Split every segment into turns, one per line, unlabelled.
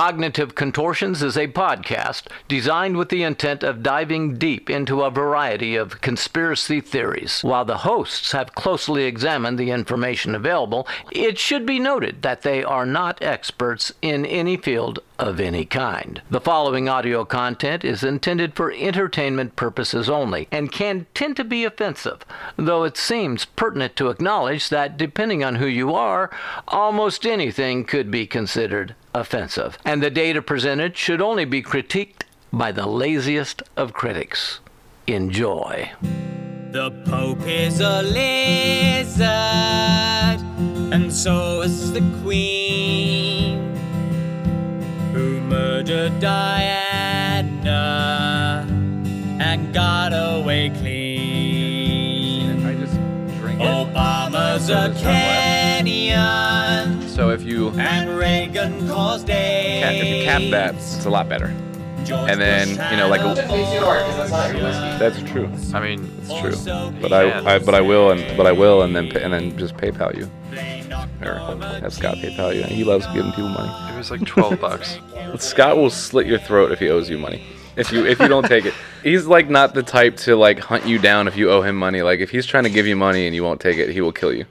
Cognitive Contortions is a podcast designed with the intent of diving deep into a variety of conspiracy theories. While the hosts have closely examined the information available, it should be noted that they are not experts in any field of any kind. The following audio content is intended for entertainment purposes only and can tend to be offensive, though it seems pertinent to acknowledge that depending on who you are, almost anything could be considered offensive, and the data presented should only be critiqued by the laziest of critics. Enjoy.
The Pope is a lizard, and so is the Queen, who murdered Diana and got away clean.
I just drink
Obama's a Kenyan,
it. So if you
and Reagan caused AIDS.
cap, if you cap that, it's a lot better. and then, you know, like a- That's true.
I mean,
It's true. But I, I but I will and but I will and then pa- and then just PayPal you. Or have Scott PayPal you. He loves giving people money.
it was like 12 bucks.
Scott will slit your throat if he owes you money. If you if you don't take it. He's like not the type to like hunt you down if you owe him money. Like if he's trying to give you money and you won't take it, he will kill you.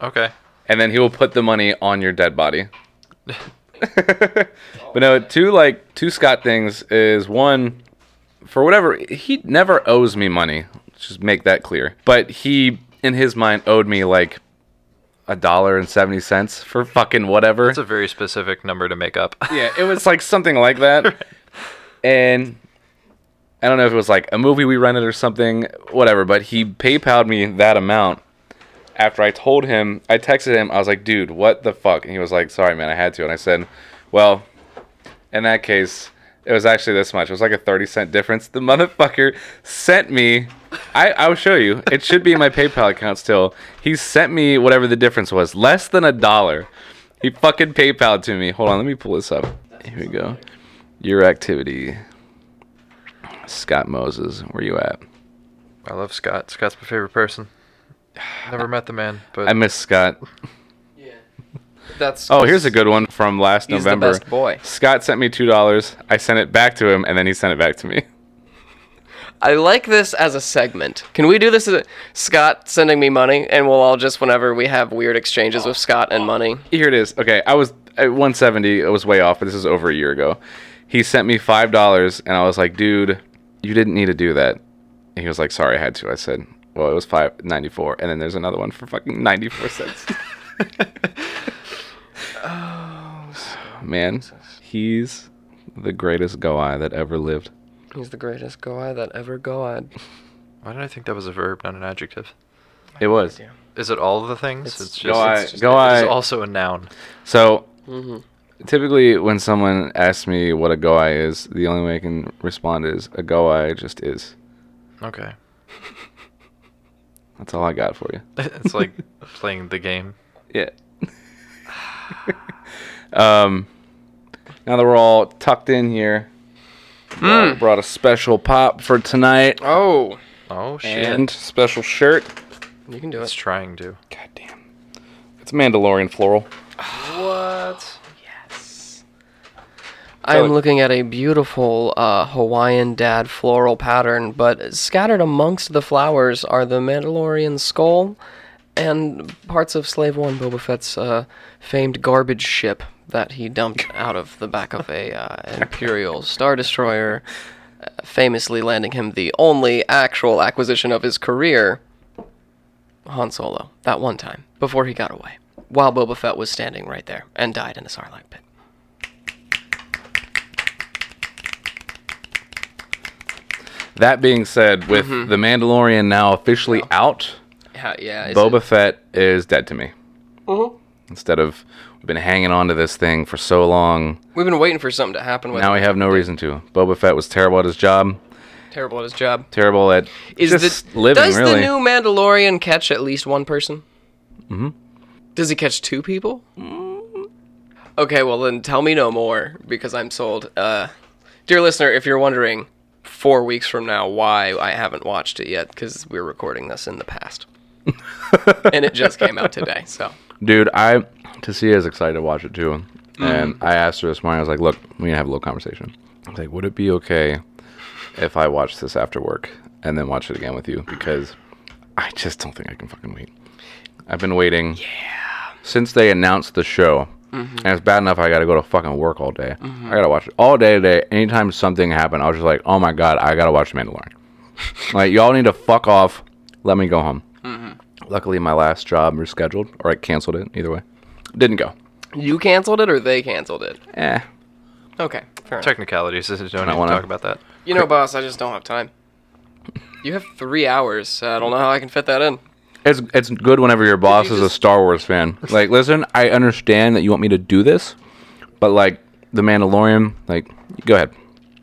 Okay.
and then he will put the money on your dead body. but no, two like two Scott things is one for whatever he never owes me money. Let's just make that clear. But he in his mind owed me like a dollar and seventy cents for fucking whatever.
It's a very specific number to make up.
yeah, it was like something like that. And I don't know if it was like a movie we rented or something, whatever, but he PayPal'd me that amount after I told him, I texted him, I was like, dude, what the fuck? And he was like, sorry, man, I had to. And I said, well, in that case, it was actually this much. It was like a 30 cent difference. The motherfucker sent me, I, I'll show you. It should be in my PayPal account still. He sent me whatever the difference was, less than a dollar. He fucking PayPal to me. Hold on, let me pull this up. Here we go. Your activity. Scott Moses, where you at?
I love Scott. Scott's my favorite person. Never met the man, but
I miss Scott.
That's
Oh, here's a good one from last
He's the
November.
best boy.
Scott sent me two dollars. I sent it back to him, and then he sent it back to me.
I like this as a segment. Can we do this? As a, Scott sending me money, and we'll all just whenever we have weird exchanges with Scott and money.
Here it is. Okay, I was at 170. I was way off, but this is over a year ago. He sent me five dollars, and I was like, "Dude, you didn't need to do that." And he was like, "Sorry, I had to." I said, "Well, it was five ninety-four, and then there's another one for fucking ninety-four cents." Oh, man, he's the greatest guy that ever lived.
He's the greatest guy that ever goad.
why did I think that was a verb, not an adjective?
It was.
Is it all of the things? It's, just,
Go I-
it's just-
go
it's
I-
also a noun.
So Mm-hmm. typically, when someone asks me what a goai is, the only way I can respond is a goai just is.
Okay.
That's all I got for you.
It's like playing the game.
Yeah. um, now that we're all tucked in here, I brought a special pop for tonight
Mm. Oh,
Oh shit.
and special shirt.
you can do
it's
it.
trying to.
God damn, it's Mandalorian floral.
What?
I am
So-
looking at a beautiful uh, Hawaiian dad floral pattern, but scattered amongst the flowers are the Mandalorian skull and parts of Slave One, Boba Fett's uh, famed garbage ship that he dumped out of the back of a uh, Imperial Star Destroyer, uh, famously landing him the only actual acquisition of his career, Han Solo, that one time, before he got away, while Boba Fett was standing right there and died in a Sarlacc pit.
That being said, with
Mm-hmm.
the Mandalorian now officially out.
Yeah, yeah. Oh. is it- Mm-hmm.
Boba Fett is dead to me. Instead of we've been hanging on to this thing for so long,
We've been waiting for something to happen with
now we have no reason to. Boba Fett was terrible at his job,
terrible at his job.
terrible at
Is
just
the,
living.
does
really,
the new Mandalorian catch at least one person? Mm-hmm. Does he catch two people? Okay, well then tell me no more because I'm sold. Uh, dear listener, if you're wondering, four weeks from now why I haven't watched it yet because we're recording this in the past, and it just came out today. So
dude, I to see is excited to watch it too. And I asked her this morning, I was like, look, we need to have a little conversation. I was like, would it be okay if I watch this after work and then watch it again with you? Because I just don't think I can fucking wait. I've been waiting since they announced the show. And it's bad enough I got to go to fucking work all day. I got to watch it all day today. Anytime something happened, I was just like, oh my God, I got to watch The Mandalorian. like, y'all need to fuck off. Let me go home. Luckily, my last job rescheduled, or I canceled it, either way. Didn't go.
You canceled it or they canceled it?
Eh.
Okay, fair enough.
Technicalities. Don't need to
wanna-
talk about that.
You know, boss, I just don't have time. You have three hours. So I don't know how I can fit that in.
It's it's good whenever your boss is a Star Wars fan. Like, listen, I understand that you want me to do this, but like the Mandalorian, like, go ahead.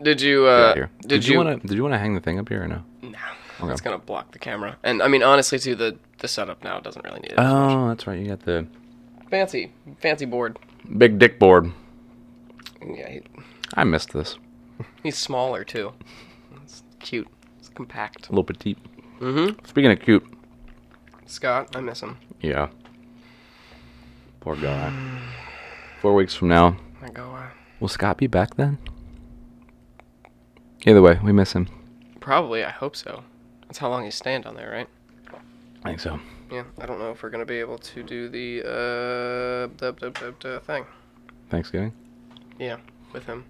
Did you? Uh,
here.
Did,
you want to? Did you want to hang the thing up here or no?
It's gonna block the camera. And I mean, honestly, too, the the setup now doesn't really need it.
Oh, that's right. You got the
fancy, fancy board.
big dick board.
Yeah, he,
I missed this.
he's smaller too. It's cute. It's compact.
A little petite. Mm-hmm. Speaking of cute,
Scott, I miss him.
yeah. Poor guy. Four weeks from now,
I go. Uh,
will Scott be back then? Either way, we miss him.
probably. I hope so. That's how long he's staying down there, right?
I think so.
Yeah. I don't know if we're gonna be able to do the uh the, the, the, the thing.
Thanksgiving.
Yeah, with him.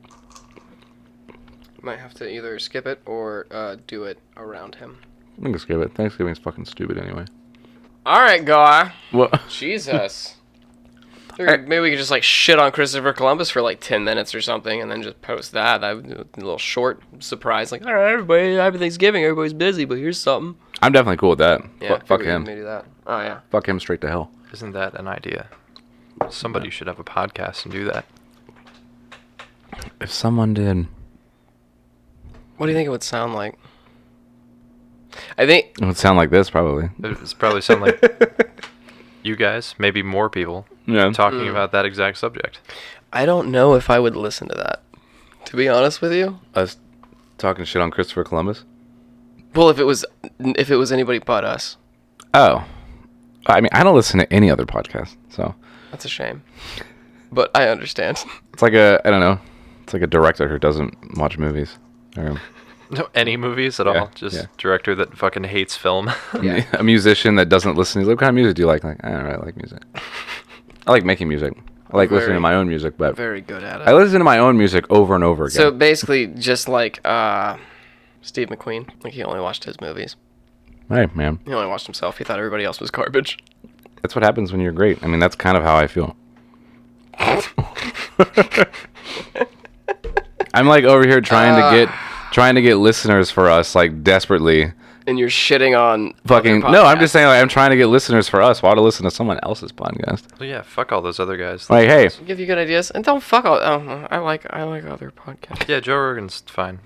Might have to either skip it or uh, do it around him.
I think skip it. Thanksgiving's fucking stupid anyway.
All right, Gar.
Well,
Jesus. Or Maybe we could just like shit on Christopher Columbus for like ten minutes or something, and then just post that. That would be a little short surprise, like all right, everybody, happy Thanksgiving. Everybody's busy, but here's something.
I'm definitely cool with that.
Yeah,
Fu- fuck
maybe we can
him.
Maybe that. Oh yeah.
Fuck him straight to hell.
Isn't that an idea? Somebody should have a podcast and do that.
If someone did,
What do you think it would sound like? I think
it would sound like this probably.
It's probably something like you guys, maybe more people,
Yeah.
talking about that exact subject.
I don't know if I would listen to that. To be honest with you,
Us talking shit on Christopher Columbus.
well, if it was if it was anybody but us,
Oh, I mean, I don't listen to any other podcast, so
that's a shame. But I understand.
it's like a I don't know, it's like a director who doesn't watch movies. Or
No, any movies at all. Just
yeah.
director that fucking hates film.
a musician that doesn't listen. He's like, what kind of music do you like? Like, I don't really like music. I like making music. I like listening to
Very-
my own music, but
Very good at it.
I listen to my own music over and over again.
So basically, just like uh, Steve McQueen, like he only watched his movies.
hey, man,
He only watched himself. He thought everybody else was garbage.
that's what happens when you're great. I mean, that's kind of how I feel. I'm like over here trying to get
Ah.
trying to get listeners for us like desperately.
And you're shitting on
Fucking
other
no, I'm
podcasts.
just saying like I'm trying to get listeners for us. Why to listen to someone else's podcast?
Well, yeah, fuck all those other guys.
Like, hey,
give you good ideas and don't fuck all. Oh, I like I like other podcasts.
yeah, Joe Rogan's fine.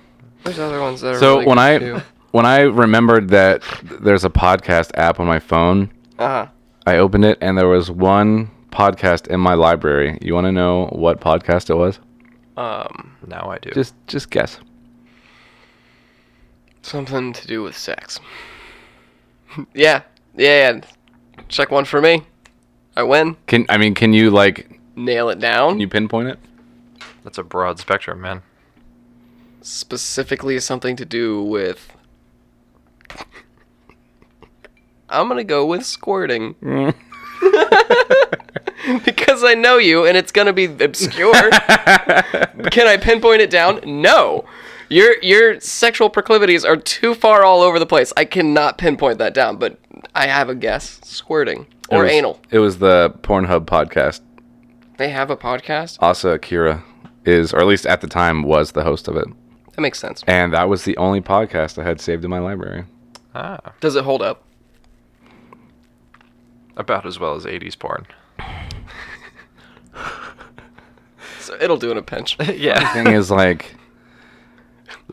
There's other ones that are
so
really
when
good
I
too.
when I remembered that there's a podcast app on my phone,
uh-huh.
I opened it and there was one podcast in my library. You want to know what podcast it was?
Um,
Now I do.
Just just guess.
something to do with sex. yeah, yeah, yeah. Check one for me. I win.
Can I mean can you like
Nail it down.
can you pinpoint it?
That's a broad spectrum, man.
specifically something to do with. I'm gonna go with squirting. because I know you and it's gonna be obscure. Can I pinpoint it down? No. Your your sexual proclivities are too far all over the place. I cannot pinpoint that down, but I have a guess. Squirting.
It
Or
was-
anal.
It was the Pornhub podcast.
They have a podcast?
Asa Akira is, or at least at the time, was the host of it.
That makes sense.
And that was the only podcast I had saved in my library.
Ah,
Does it hold up?
about as well as 80s porn.
So it'll do in a pinch.
yeah.
Thing is, like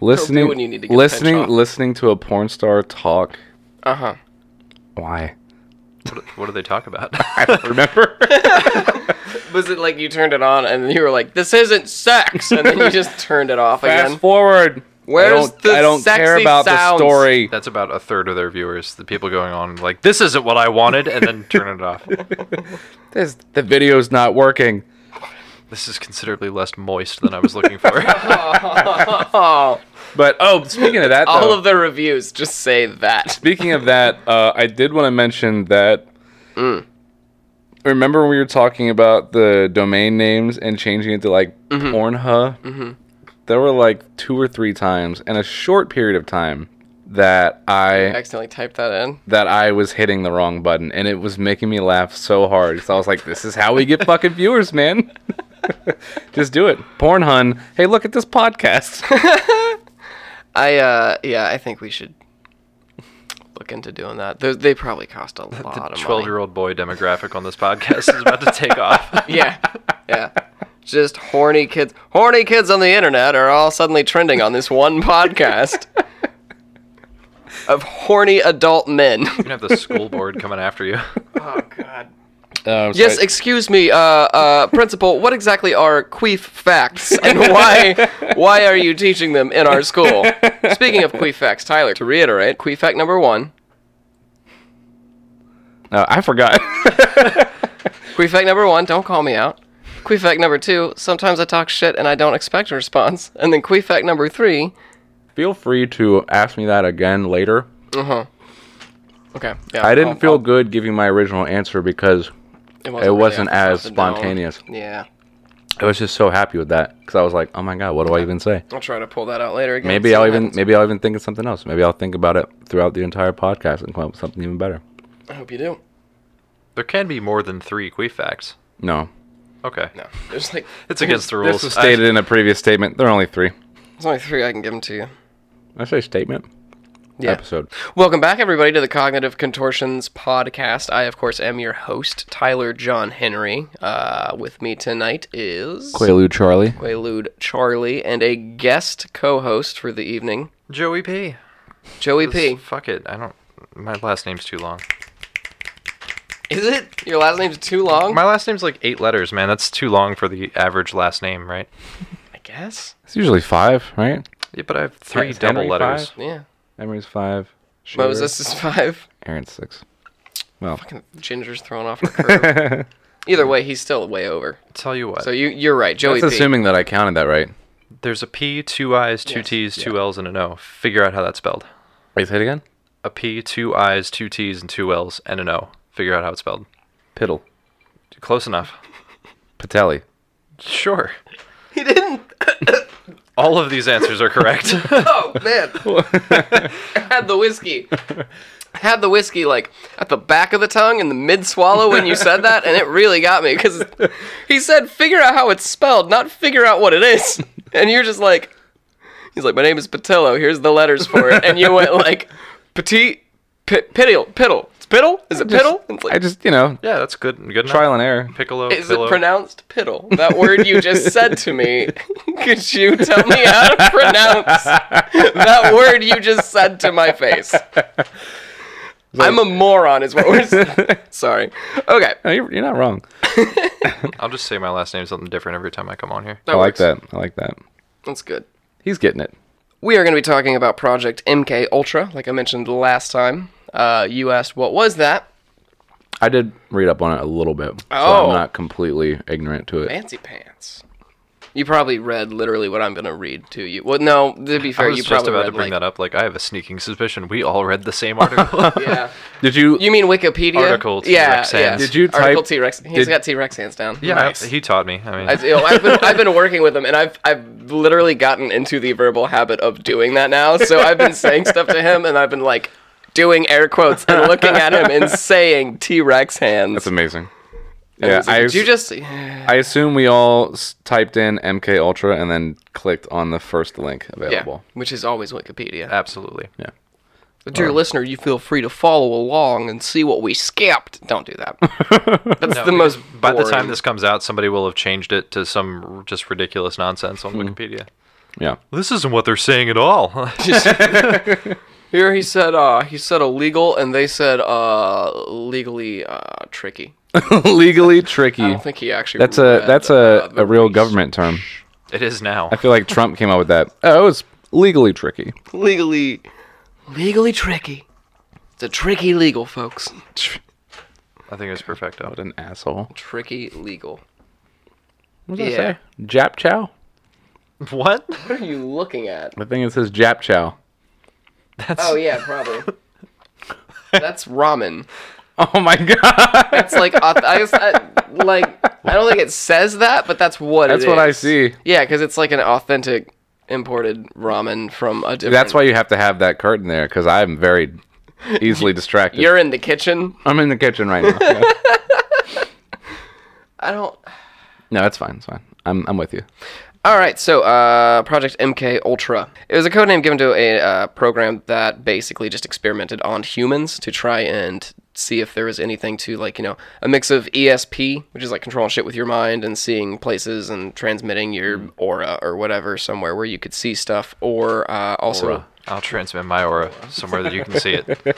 listening,
when you need to get
listening,
pinched off.
listening to a porn star talk.
Uh huh.
Why?
what, what do they talk about?
I don't remember.
Was it like you turned it on and you were like, "This isn't sex," and then you just turned it off
Fast
again?
forward.
Where's
I don't,
the
I don't care
sexy
about
sounds?
the story.
That's about a third of their viewers. The people going on like, "This isn't what I wanted," and then turn it off.
This, the video's not working.
This is considerably less moist than I was looking for.
But oh, speaking of that,
All
though,
of the reviews just say that.
Speaking of that, uh, I did want to mention that.
Mm.
Remember when we were talking about the domain names and changing it to like
Mm-hmm.
Pornhub? There were like two or three times in a short period of time that I
accidentally typed that in.
that I was hitting the wrong button, and it was making me laugh so hard. So I was like, "This is how we get fucking viewers, man. Just do it, Pornhun. Hey, look at this podcast.
I uh yeah, I think we should look into doing that. They, they probably cost a lot
the
of money.
twelve-year-old boy demographic on this podcast is about to take off.
Yeah, yeah. Just horny kids. Horny kids on the internet are all suddenly trending on this one podcast of horny adult men.
You're gonna have the school board coming after you.
Um, so
Yes,
I-
excuse me, uh, uh, principal. What exactly are queef facts, and why why are you teaching them in our school? Speaking of queef facts, Tyler, to reiterate, queef fact number one.
no, uh, I forgot.
Queef fact number one, don't call me out. Queef fact number two, sometimes I talk shit and I don't expect a response. And then queef fact number three,
Feel free to ask me that again later.
okay, yeah,
I didn't
Um, I'll-
feel good giving my original answer because it
really
wasn't
off the
as
top of the dome.
spontaneous.
Yeah,
I was just so happy with that because I was like, "Oh my god, what do I even say?"
I'll try to pull that out later again.
Maybe
see
I'll
what
even
happens.
maybe I'll even think of something else. Maybe I'll think about it throughout the entire podcast and come up with something even better.
I hope you do.
There can be more than three queef facts.
No,
Okay,
No, there's like
it's against the rules.
this was stated in a previous statement. There are only three.
there's only three I can give them to you.
I say statement.
Yeah.
Episode.
Welcome back, everybody, to the Cognitive Contortions podcast. I, of course, am your host, Tyler John Henry. Uh, with me tonight is
Quaalude Charlie.
Quaalude Charlie and a guest co-host for the evening,
I- Joey P.
Joey
This-
P.
Fuck it. I don't. My last name's too long.
Is it your last name's too long?
My last name's like eight letters, man. That's too long for the average last name, right?
I guess.
It's usually five, right?
Yeah, but I have three
Is
double
Henry
letters.
five?
Yeah.
Emery's five. Shearer,
Moses is five.
Aaron's six. Well,
Ginger's thrown off her curve. Either way, he's still way over.
Tell you what.
So you you're right, Joey
that's
P.
assuming that I counted that right.
There's a P, two I's, two
Yes.
T's, two L's, and an O. Figure out how that's spelled.
Wait, say it again.
A P, two I's, two T's, and two L's, and an O. Figure out how it's spelled.
Piddle.
Close enough.
Patelli.
Sure.
He didn't.
All of these answers are correct.
Oh man, had the whiskey. Had the whiskey like at the back of the tongue in the mid swallow when you said that, and it really got me because he said, "Figure out how it's spelled, not figure out what it is," and you're just like, "He's like, my name is Patillo. Here's the letters for it," and you went like, "Petit, pi- piddle, piddle, it's piddle. Is it piddle?" It's like,
I just, you know,
yeah, that's good. Good enough.
trial and error.
Piccolo.
Is
pillow.
it pronounced piddle? That word you just said to me. Could you tell me how to pronounce that word you just said to my face? I'm a moron, is what we're. s- Sorry. Okay.
No, you're, you're not wrong.
I'll just say my last name something different every time I come on here.
That
I like
works.
that. I like that.
That's good.
He's getting it.
We are going to be talking about Project MK Ultra, like I mentioned last time. Uh, you asked what was that?
I did read up on it a little bit, so
Oh.
I'm not completely ignorant to it.
Fancy pants. You probably read literally what I'm going to read to you. Well, no, to be
I
fair,
was
you
just
probably
about
read
to bring
like,
that up. Like, I have a sneaking suspicion we all read the same article.
Yeah.
Did you?
You mean Wikipedia?
Article T.
Yeah,
Rex
yeah.
hands. Did
you
Article
type-
T. Rex. He's
did-
got T. Rex hands down.
yeah,
Nice.
he taught me. I mean,
I, you know, I've, been, I've been working with him, and I've I've literally gotten into the verbal habit of doing that now. So I've been saying stuff to him, and I've been like doing air quotes and looking at him and saying T. Rex hands.
That's amazing. Yeah,
He's like,
I,
"Did you
just...
just yeah.
I assume we all s- typed in MK Ultra and then clicked on the first link available.
which is always Wikipedia.
absolutely.
Dear listener, you feel free to follow along and see what we skipped. Don't do that. That's the most.
By the time
boring-
this comes out, somebody will have changed it to some r- just ridiculous nonsense
Hmm.
on Wikipedia.
Yeah.
This isn't what they're saying at all.
Here he said, uh, he said illegal, and they said, uh, legally, uh, tricky.
Legally tricky.
I don't think he actually.
That's a
read,
that's
uh,
a,
the
a real
release.
government term.
it is now.
I feel like Trump came up with that. Oh, it was legally tricky.
legally, legally tricky. It's a tricky legal, folks.
I think it's perfecto.
What an asshole.
Tricky legal.
What does
Yeah.
that say? Jap Chow?
What?
What are you looking at?
I think it says Jap Chow.
That's
Oh yeah, probably. That's ramen.
Oh my god.
It's like uh, I, guess, uh, like I don't think it says that, but that's what. it
That's what I
is.
see.
Yeah, because it's like an authentic imported ramen from a different.
That's why you have to have that curtain there because I'm very easily distracted.
you're in the kitchen.
I'm in the kitchen right now. Yeah.
I don't.
no, that's fine. It's fine. I'm, I'm with you.
All right, so uh, Project MK Ultra. It was a code name given to a uh, program that basically just experimented on humans to try and see if there was anything to like, you know, a mix of ESP, which is like controlling shit with your mind and seeing places and transmitting
Mm-hmm.
your aura or whatever somewhere where you could see stuff, or uh, also
I'll transmit my aura somewhere that you can see it.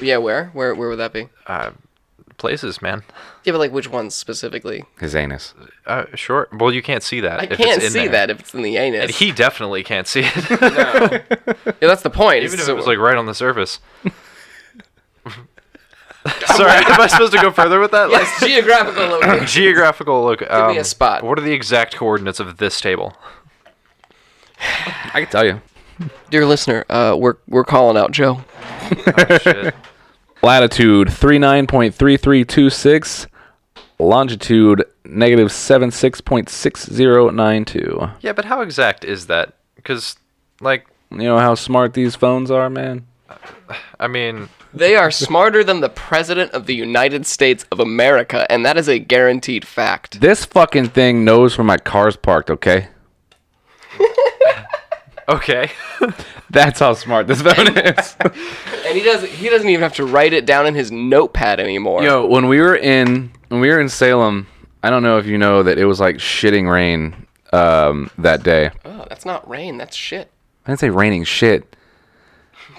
yeah, where where where would that be?
Places, man.
Yeah, but like which ones specifically?
His anus.
Uh, sure. Well, you can't see that.
I
if
can't
it's in
see
there.
that if it's in the anus.
And he definitely can't see it. Even
yeah, that's the point. It's
if
so-
it was like right on the surface. Sorry, am I supposed to go further with that? Like
Yes, geographical location.
geographical look. Um,
me a spot.
What are the exact coordinates of this table?
I can tell you.
Dear listener, uh, we're we're calling out Joe.
Shit.
Latitude 39.3326. Longitude negative 76.6092.
Yeah, but how exact is that? Because, like,
You know how smart these phones are, man?
I mean,
They are smarter than the President of the United States of America, and that is a guaranteed fact.
This fucking thing knows where my car's parked, okay?
okay.
That's how smart this phone is.
And he doesn't he doesn't even have to write it down in his notepad anymore.
Yo, when we were in when we were in Salem, I don't know if you know that it was like shitting rain um, that day. I
Oh, that's not rain, that's shit.
didn't say raining shit.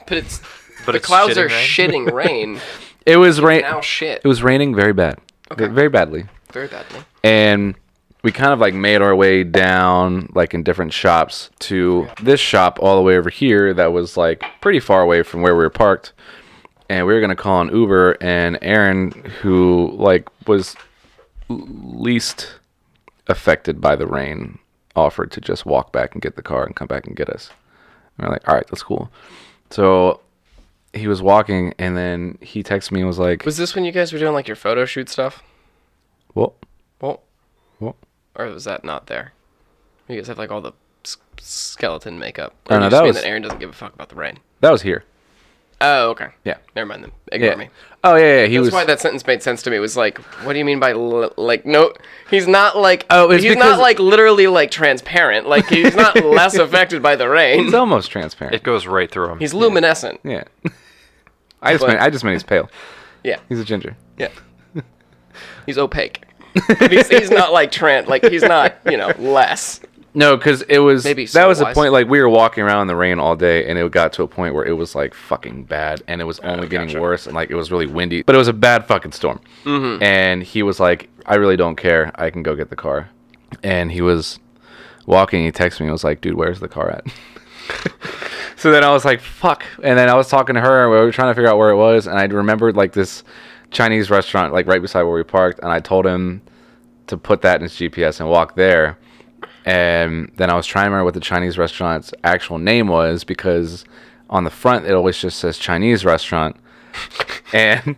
But it's
But
the
it's
clouds are
shitting
shitting rain.
It was rain.
now shit.
It was raining very bad, very badly,
Very badly.
and we kind of like made our way down like in different shops to this shop all the way over here that was like pretty far away from where we were parked, and we were gonna call an Uber, and Aaron, who like was least affected by the rain offered to just walk back and get the car and come back and get us. And we're like, all right, that's cool. So he was walking, and then he texted me and was like,
Was this when you guys were doing like your photo shoot stuff?
well,
Well,
well.
or was that not there? You guys have like all the s- skeleton makeup.
Oh,
Or
no,
you just
that
mean
was-
Aaron doesn't give a fuck about the rain.
That was here.
Oh, okay.
Yeah.
Never mind then. Ignore
Yeah.
me.
Oh yeah, yeah. He
That's
was.
why that sentence made sense to me. It was like, what do you mean by li- like? No, he's not like.
Oh, it's
he's
because-
not like literally like transparent. Like he's not less affected by the rain.
he's almost transparent.
It goes right through him.
He's luminescent.
yeah. I just
But-
meant I just meant he's pale.
Yeah,
He's a ginger.
yeah. He's opaque. But he's, he's not like Trent. Like he's not you know less.
No, because it was
Maybe
that was a
soul-wise.
point like we were walking around in the rain all day, and it got to a point where it was like fucking bad, and it was only getting worse, and like it was really windy, but it was a bad fucking storm. Mm-hmm. And he was like, "I really don't care. I can go get the car." And he was walking. He texted me. and was like, "Dude, where's the car at?" so then I was like, "Fuck!" And then I was talking to her. and We were trying to figure out where it was, and I remembered like this Chinese restaurant like right beside where we parked, and I told him to put that in his GPS and walk there. And then I was trying to remember what the Chinese restaurant's actual name was because on the front it always just says Chinese restaurant. And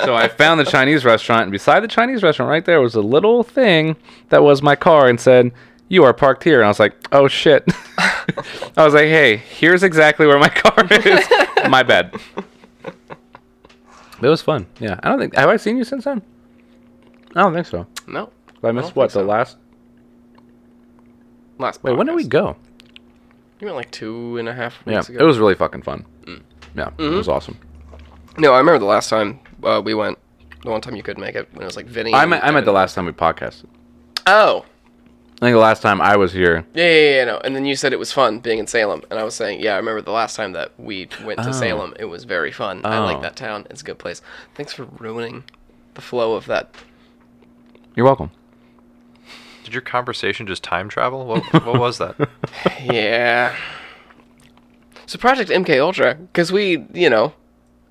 so I found the Chinese restaurant, and beside the Chinese restaurant right there was a little thing that was my car and said, You are parked here. And I was like, Oh shit. I was like, Hey, here's exactly where my car is. my bad. It was fun. Yeah. I don't think, have I seen you since then? I don't think so.
No.
I missed what? The last
Last.
Wait, when did we
podcast.
go?
You went like two and a half
Yeah,
weeks
it
ago.
Mm. Mm-hmm. was really fucking fun. Yeah, it was awesome.
No, I remember the last time uh, we went. The one time you couldn't make it when it was like Vinny.
I
and
meant, I meant the
Evan.
last time we podcasted.
Oh.
I think the last time I was here.
Yeah, yeah, yeah, no. And then you said it was fun being in Salem, and I was saying, yeah, I remember the last time that we went to Salem, it was very fun. I
Oh.
like that town; it's a good place. Thanks for ruining the flow of that.
You're welcome.
Did your conversation just time travel? What, what was that?
Yeah. So Project MK Ultra, because we, you know,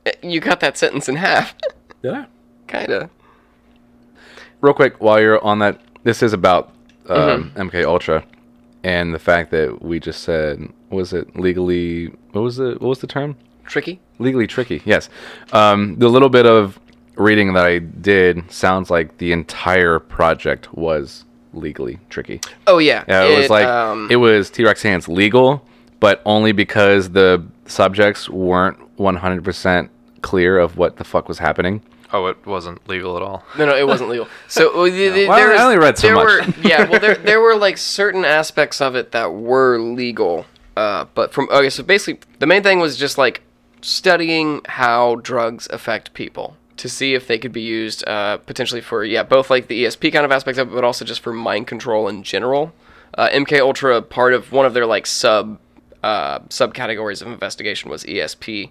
eh, you cut that sentence in half,
Did I?
kinda.
Real quick, while you're on that, this is about um, MK Ultra, and the fact that we just said was it legally what was the what was the term
Tricky.
legally tricky? Yes, um, the little bit of reading that I did sounds like the entire project was legally tricky.
Oh yeah.
Yeah, it, was like
um,
it was T Rex hands legal, but only because the subjects weren't 100% clear of what the fuck was happening.
Oh, it wasn't legal at all.
No, no, it wasn't legal. So well, th- th-
Well,
there
I
was-
only read so
there
much.
Were, yeah, well, there, there were like certain aspects of it that were legal, uh, but from okay, so basically the main thing was just like studying how drugs affect people to see if they could be used uh, potentially for yeah both like the ESP kind of aspects of it, but also just for mind control in general. Uh, MK Ultra part of one of their like sub uh, subcategories of investigation was E ESP,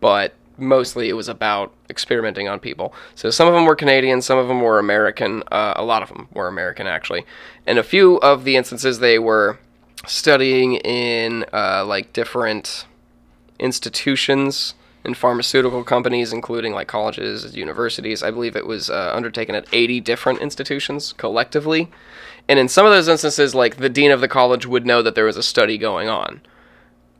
but mostly it was about experimenting on people. So some of them were Canadian, some of them were American. Uh, a lot of them were American, actually. And a few of the instances they were studying in uh, like different institutions and pharmaceutical companies, including like colleges, universities. I believe it was uh, undertaken at 80 different institutions collectively. And in some of those instances, like the dean of the college would know that there was a study going on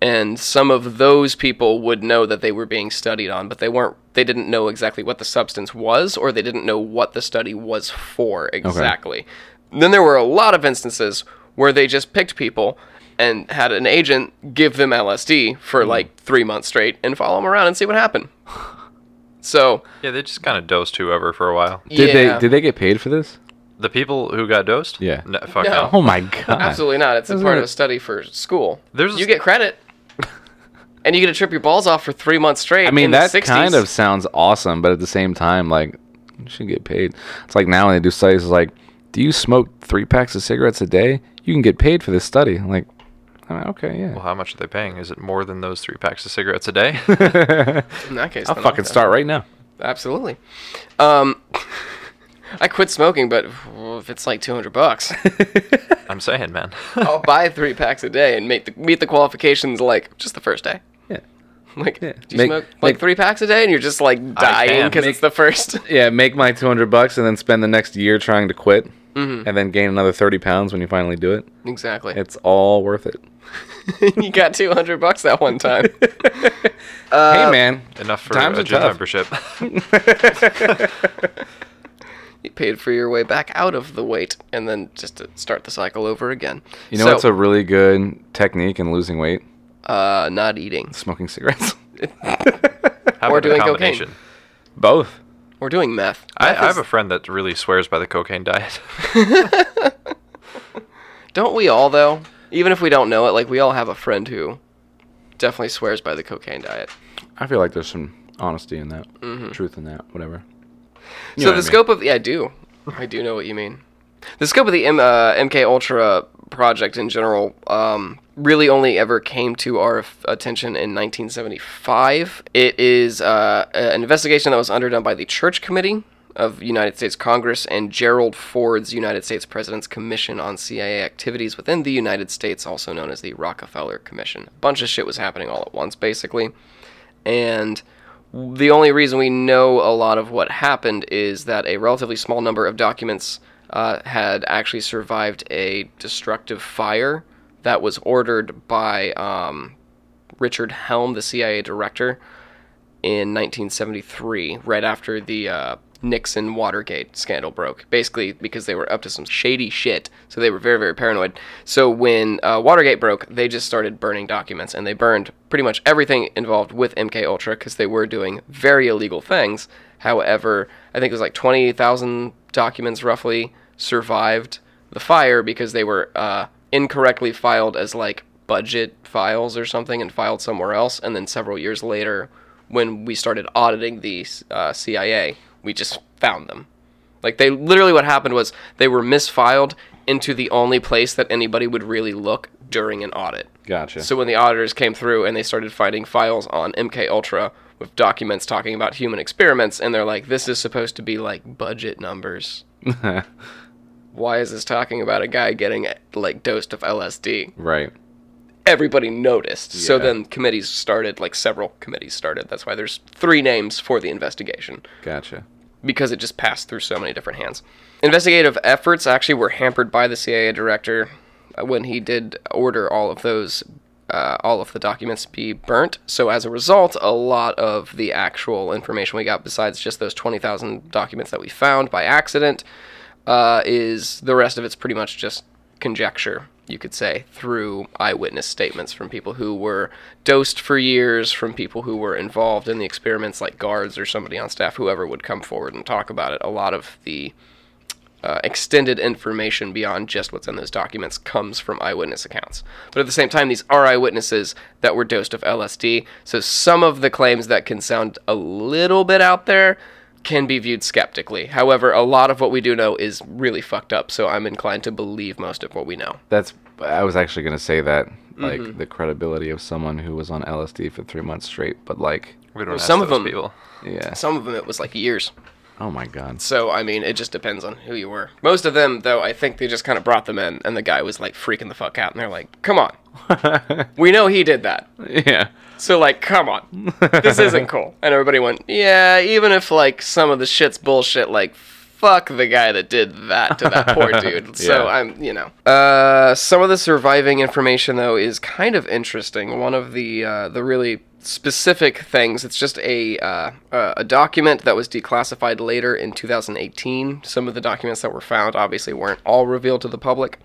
and some of those people would know that they were being studied on but they weren't they didn't know exactly what the substance was or they didn't know what the study was for exactly then there were a lot of instances where they just picked people and had an agent give them lsd
Hmm.
for like three months straight and follow them around and see what happened so
Yeah, they just kind of dosed whoever for a while.
Did
yeah.
they did they get paid for this?
The people who got dosed?
Yeah.
No, fuck
No.
no.
Oh my god.
Absolutely not. It's a
Isn't
part of
it-
a study for school.
There's a
you
st-
get credit, and you get to trip your balls off for three months straight.
I mean
in the
that
60s.
kind of sounds awesome, but at the same time like you should get paid. It's like now when they do studies it's like do you smoke 3 packs of cigarettes a day? You can get paid for this study. I'm like "Oh, okay, yeah.
Well, how much are they paying? Is it more than those three packs of cigarettes a day?
in that case.
I'll
then
fucking
go.
start right now.
Absolutely. Um, I quit smoking, but if it's like two hundred bucks,
I'm saying, man.
I'll buy three packs a day and make the, meet the qualifications like just the first day.
Yeah.
Like,
Yeah.
do you
Make-
smoke like
make-
three packs a day, and you're just like dying
can.
because it's the first.
Yeah, make my 200 bucks and then spend the next year trying to quit and then gain another 30 pounds when you finally do it.
exactly.
It's all worth it.
you got two hundred bucks that one time.
hey man,
Enough for
Times
a
are
gym
tough.
membership.
you paid for your way back out of the weight, and then just to start the cycle over again.
you know
So-
what's a really good technique in losing weight?
uh, not eating
Smoking cigarettes.
How about
Or
a
doing cocaine.
combination?
Both.
or doing meth.
I,
Meth
I
is-
have a friend that really swears by the cocaine diet.
Don't we all though? Even if we don't know it, like we all have a friend who definitely swears by the cocaine diet.
I feel like there's some honesty in that, truth in that, whatever. You know
so the
what I mean.
scope of yeah, I do, I do know what you mean. The scope of the M, uh, MK Ultra project in general um, really only ever came to our f- attention in 1975. It is uh, a- an investigation that was underdone by the Church Committee of United States Congress and Gerald Ford's United States President's Commission on CIA Activities within the United States, also known as the Rockefeller Commission. A bunch of shit was happening all at once, basically and the only reason we know a lot of what happened is that a relatively small number of documents uh, had actually survived a destructive fire that was ordered by um, Richard Helm, the CIA director, in 1973, right after the uh, Nixon Watergate scandal broke. Basically, because they were up to some shady shit, so they were very, very paranoid. So when uh, Watergate broke, they just started burning documents, and they burned pretty much everything involved with MK Ultra because they were doing very illegal things. However, I think it was like 20,000 documents roughly survived the fire because they were uh, incorrectly filed as like budget files or something and filed somewhere else. And then several years later, when we started auditing the uh, CIA, we just found them. Like they literally, what happened was they were misfiled into the only place that anybody would really look during an audit.
Gotcha.
So when the auditors came through and they started finding files on MK Ultra with documents talking about human experiments, and they're like, "This is supposed to be like budget numbers. Why is this talking about a guy getting like dosed of LSD?"
right.
Everybody noticed. So
Yeah.
then committees started, like several committees started. That's why there's three names for the investigation.
Gotcha.
because it just passed through so many different hands. Investigative efforts actually were hampered by the CIA director uh, when he did order all of those, uh, all of the documents be burnt. So as a result, a lot of the actual information we got, besides just those 20,000 documents that we found by accident, uh, is the rest of it's pretty much just conjecture, you could say, through eyewitness statements from people who were dosed for years, from people who were involved in the experiments, like guards or somebody on staff, whoever would come forward and talk about it. A lot of the uh, extended information beyond just what's in those documents comes from eyewitness accounts. But at the same time, these are eyewitnesses that were dosed of LSD, so some of the claims that can sound a little bit out there can be viewed skeptically. However, a lot of what we do know is really fucked up, so I'm inclined to believe most of what we know.
That's. I was actually gonna say that, like the credibility of someone who was on LSD for three months straight, but like,
We don't
Well,
ask
some of
those
them-
people.
yeah.
Some of them it was like years.
Oh my god.
So, I mean, it just depends on who you were. Most of them, though, I think they just kind of brought them in, and the guy was like freaking the fuck out, and they're like, come on. we know he did that.
Yeah.
So, like, come on. This isn't cool. And everybody went, yeah, even if, like, some of the shit's bullshit, like, fuck the guy that did that to that poor dude. So,
Yeah.
I'm, you know. Uh, some of the surviving information, though, is kind of interesting. One of the, uh, the really specific things, it's just a, uh, uh, a document that was declassified later in 2018. Some of the documents that were found obviously weren't all revealed to the public.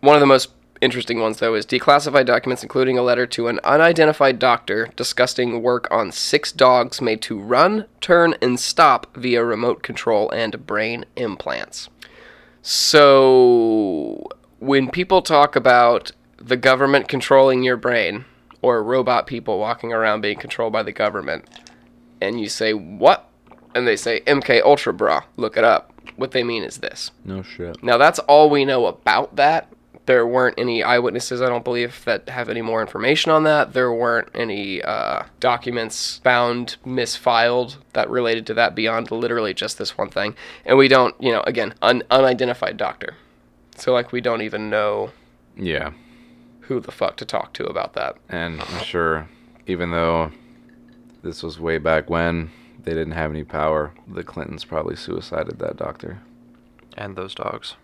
One of the most interesting ones, though, is declassified documents, including a letter to an unidentified doctor discussing work on six dogs made to run, turn, and stop via remote control and brain implants. So, when people talk about the government controlling your brain, or robot people walking around being controlled by the government, and you say, What? And they say, MK Ultra Bra, look it up. What they mean is this.
No shit.
Now that's all we know about that. There weren't any eyewitnesses, I don't believe, that have any more information on that. There weren't any uh, documents found misfiled that related to that beyond literally just this one thing. And we don't, you know, again, an unidentified doctor. So like we don't even know
Yeah.
who the fuck to talk to about that.
And I'm sure, even though this was way back when, they didn't have any power. The Clintons probably suicided that doctor.
And those dogs.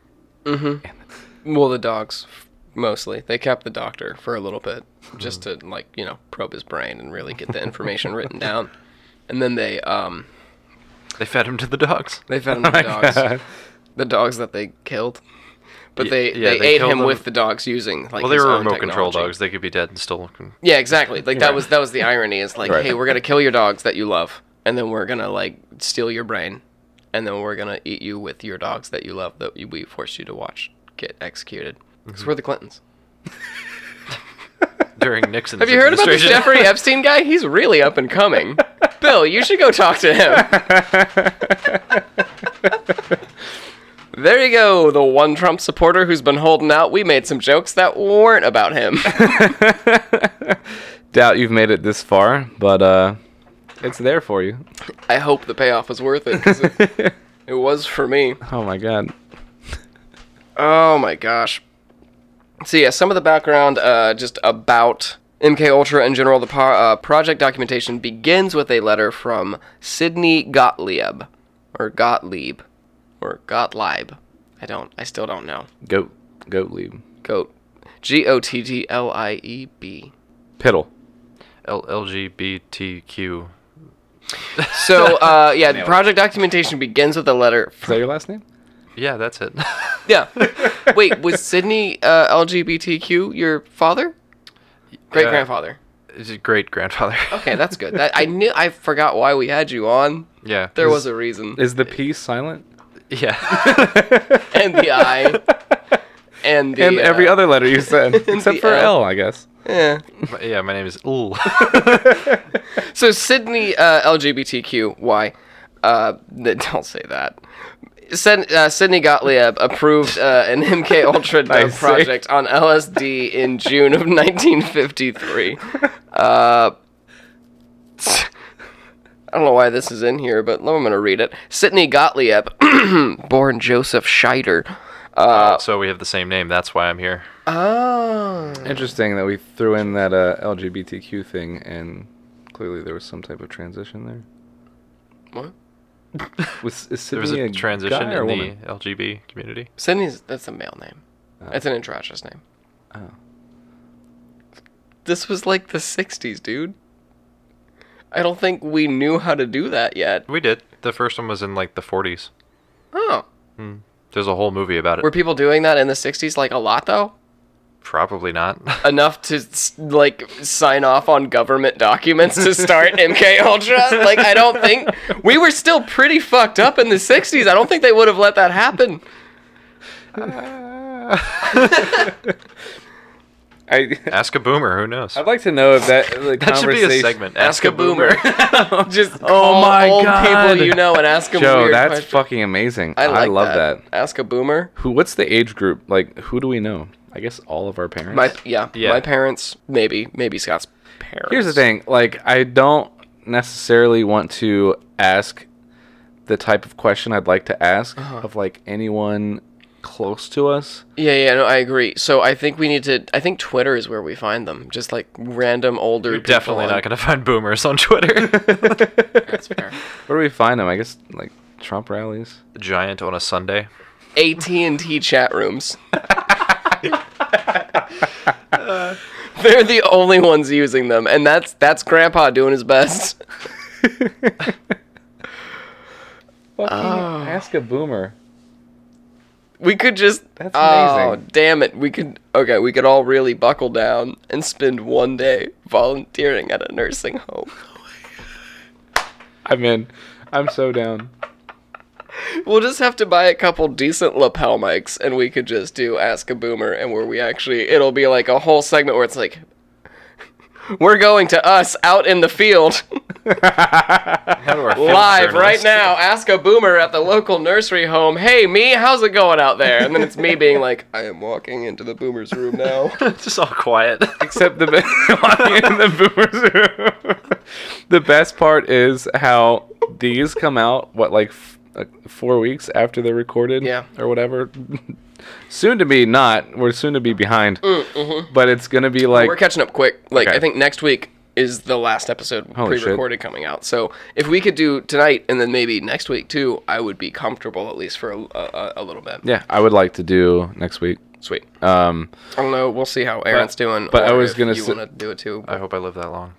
Well, the dogs mostly. They kept the doctor for a little bit just to like, you know, probe his brain and really get the information written down. And then they um
They fed him to the dogs.
They fed him to the dogs. The dogs that they killed. But
Y-
they,
yeah,
they,
they
ate
killed
him
them-
with the dogs using like
Well, they
his
were
own
remote control
technology.
dogs. They could be dead and still. Con-
Yeah, exactly. Like that was that was the irony. Is like,
Right.
hey, we're gonna kill your dogs that you love, and then we're gonna like steal your brain, and then we're gonna eat you with your dogs that you love that you, we forced you to watch get executed. Because
Mm-hmm.
we're the Clintons.
during Nixon's
Have you heard about this
administration.
Jeffrey Epstein guy? He's really up and coming. Bill, you should go talk to him. there you go, the one Trump supporter who's been holding out. We made some jokes that weren't about him.
Doubt you've made it this far, but uh, it's there for you.
I hope the payoff was worth it 'cause it, it was for me.
Oh my god.
Oh my gosh. So yeah, some of the background uh, just about MK Ultra in general. The po- uh, project documentation begins with a letter from Sidney Gottlieb, or Gottlieb, or Gottlieb. I don't. I still don't know.
Goat. Goat leave.
Goat. G O T T L I E B.
Piddle.
L- LGBTQ.
So uh, yeah, the project documentation begins with a letter.
Is
From,
that your last name?
Yeah, that's it.
yeah. Wait, was Sidney uh, LGBTQ your father? Great grandfather.
He's a great grandfather.
Okay, that's good. That, I knew I forgot why we had you on.
Yeah.
There was a reason.
Is the P silent?
Yeah.
And the I. And the
And
uh,
every other letter you said, except
the
for
L.
L, I guess.
yeah.
My- yeah. My name is Ooh.
So Sydney uh, LGBTQY. Uh, n- don't say that. Syd- uh, Sydney Gottlieb approved uh, an MK Ultra drug
Nice.
project on LSD in June of 1953. Uh, I don't know why this is in here, but I'm gonna read it. Sidney Gottlieb, born Joseph Scheider. Uh,
so we have the same name. That's why I'm here.
Oh.
Interesting that we threw in that uh, LGBTQ thing, and clearly there was some type of transition there.
What?
Was is
There was
Sydney
a transition
guy or
in
a
the
woman?
LGB community.
Sydney's that's a male name. It's an androgynous name.
Oh.
This was like the '60s, dude. I don't think we knew how to do that yet.
We did. The first one was in like the 40s.
Oh,
There's a whole movie about it.
were people doing that in the '60s like a lot though?
Probably not.
Enough to s- like sign off on government documents to start MK Ultra? Like I don't think we were still pretty fucked up in the '60s. I don't think they would have let that happen.
I
Ask a boomer. Who knows?
I'd like to know if that like,
That should be a
conversation-
segment.
Ask a boomer. Just oh
my
old
God.
people you know and ask them
Joe,
weird
that's
questions.
fucking amazing. I,
I like
love that.
Ask a boomer.
Who? What's the age group? Like, who do we know? I guess all of our parents.
My yeah,
Yeah.
my parents maybe maybe Scott's parents.
Here's the thing. Like, I don't necessarily want to ask the type of question I'd like to ask of like anyone close to us.
Yeah, yeah, no, I agree. So I think we need to. I think Twitter is where we find them. Just like random older.
You're definitely not going to find boomers on Twitter.
gonna.
Where do we find them? I guess like Trump rallies.
Giant on a Sunday.
AT and T chat rooms. They're the only ones using them, and that's that's Grandpa doing his best.
Fucking
Ah.
ask a boomer.
We could just.
That's
oh,
amazing.
damn it. We could. Okay, we could all really buckle down and spend one day volunteering at a nursing home.
I'm in. I'm so down.
We'll just have to buy a couple decent lapel mics and we could just do Ask a Boomer and where we actually, it'll be like a whole segment where it's like, we're going to us out in the field
How do our field
live right
journalists-
now. Ask a Boomer at the local nursery home. Hey, me, how's it going out there? And then it's me being like, I am walking into the Boomer's room now.
Just all quiet.
Except the be- in the boomers room. the best part is how these come out what like f- like four weeks after they're recorded,
Yeah.
or whatever. soon to be not. We're soon to be behind, but it's gonna be like
Mm, mm-hmm. we're catching up quick. Like
Okay.
I think next week is the last episode
Holy shit.
pre-recorded coming out. So if we could do tonight and then maybe next week too, I would be comfortable at least for a, a, a little bit.
yeah. I would like to do next week.
Sweet.
Um,
I don't know. We'll see how Aaron's doing.
but I
or
was
if
gonna
you
say-
want to do it too.
I hope I live that long.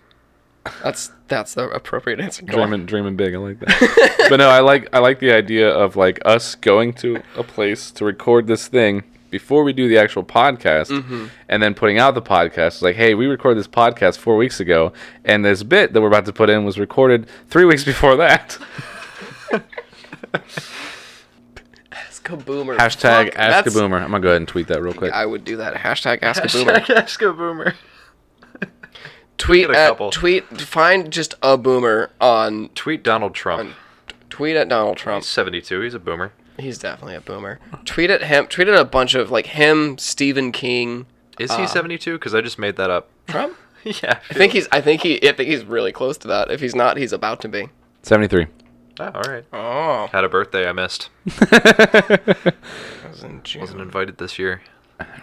That's that's the appropriate answer. Go on.
dreaming, dreaming big. I like that. but no, I like I like the idea of like us going to a place to record this thing before we do the actual podcast, and then putting out the podcast. It's like, hey, we recorded this podcast four weeks ago, and this bit that we're about to put in was recorded three weeks before that.
Ask a boomer.
Hashtag
Fuck,
ask a
that's-
boomer. I'm gonna go ahead and tweet that real quick.
I would do that. Hashtag ask a boomer.
Ask a boomer.
Tweet
Get a
at
couple.
tweet. Find just a boomer on
Tweet Donald Trump.
tweet at Donald Trump.
He's 72. He's a boomer.
He's definitely a boomer. tweet at him. Tweet at a bunch of like him, Stephen King.
Is
Ah.
he 72? Because I just made that up.
Trump.
yeah.
I think he's. I think he. I think he's really close to that. If he's not, he's about to be.
Seventy three.
Oh, all right.
Oh,
Had a birthday I missed.
wasn't
Wasn't invited this year.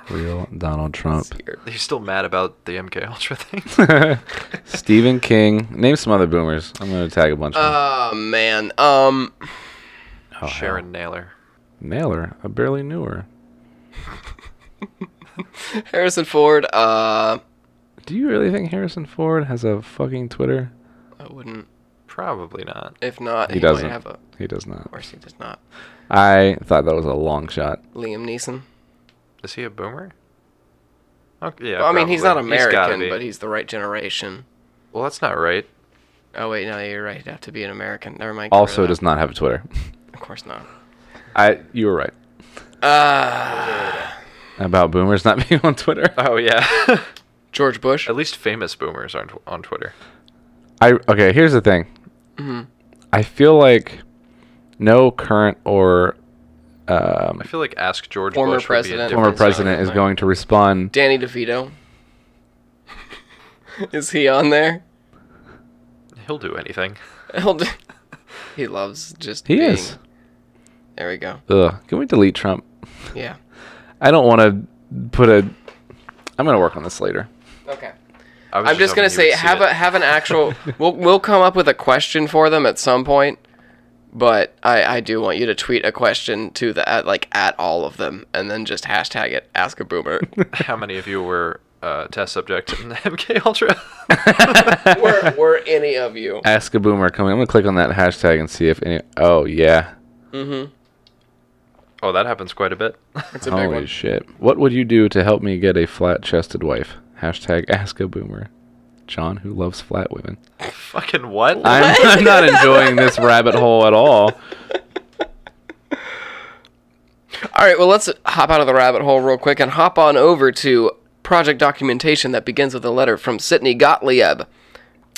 Real Donald Trump.
He's still mad about the MK Ultra thing.
Stephen King. Name some other boomers. I'm gonna tag a bunch of them.
Oh man. Um.
Oh,
Oh,
Sharon Naylor.
Naylor. I barely knew her.
Harrison Ford. Uh.
Do you really think Harrison Ford has a fucking Twitter?
I wouldn't.
Probably not.
If not, he,
doesn't.
might have a. Of
He does not.
course, he does not.
I thought that was a long shot.
Liam Neeson.
Is he a boomer? Okay, yeah.
Well, I mean, he's not
probably. He's gotta
American,
be.
but he's the right generation.
Well, that's not right.
Oh wait, no, you're right. He'd have to be an American. Never mind. get
Also
rid of
does not have a Twitter.
that. Of course not.
I you were right
Uh,
about boomers not being on Twitter.
Oh yeah.
George Bush.
At least famous boomers aren't on Twitter.
I okay, here's the thing.
Mm-hmm.
I feel like no current or uh,
I feel like Ask George
Former
Bush would be a
president.
different-
former
Different side
president
of
is
it.
going to respond.
Danny DeVito. Is he on there?
He'll do anything.
He'll do- he loves just.
He
being-
is.
There we go.
Ugh. Can we delete Trump?
Yeah.
I don't want to put a. I'm gonna work on this later.
Okay.
I was
I'm just gonna
hoping
say
you would see
have
it.
a have an actual. we'll we'll come up with a question for them at some point, but I, I do want you to tweet a question to the at, like at all of them, and then just hashtag it. Ask a boomer.
How many of you were uh, test subject in MK Ultra?
were, were any of you?
Ask a boomer coming. I'm gonna click on that hashtag and see if any. Oh yeah.
oh, that happens quite a bit.
It's a big
Holy
one.
shit. What would you do to help me get a flat chested wife? Hashtag ask a boomer. John who loves flat women.
Fucking what?
I'm, I'm not enjoying this rabbit hole at all.
All right, well let's hop out of the rabbit hole real quick and hop on over to project documentation that begins with a letter from Sidney Gottlieb.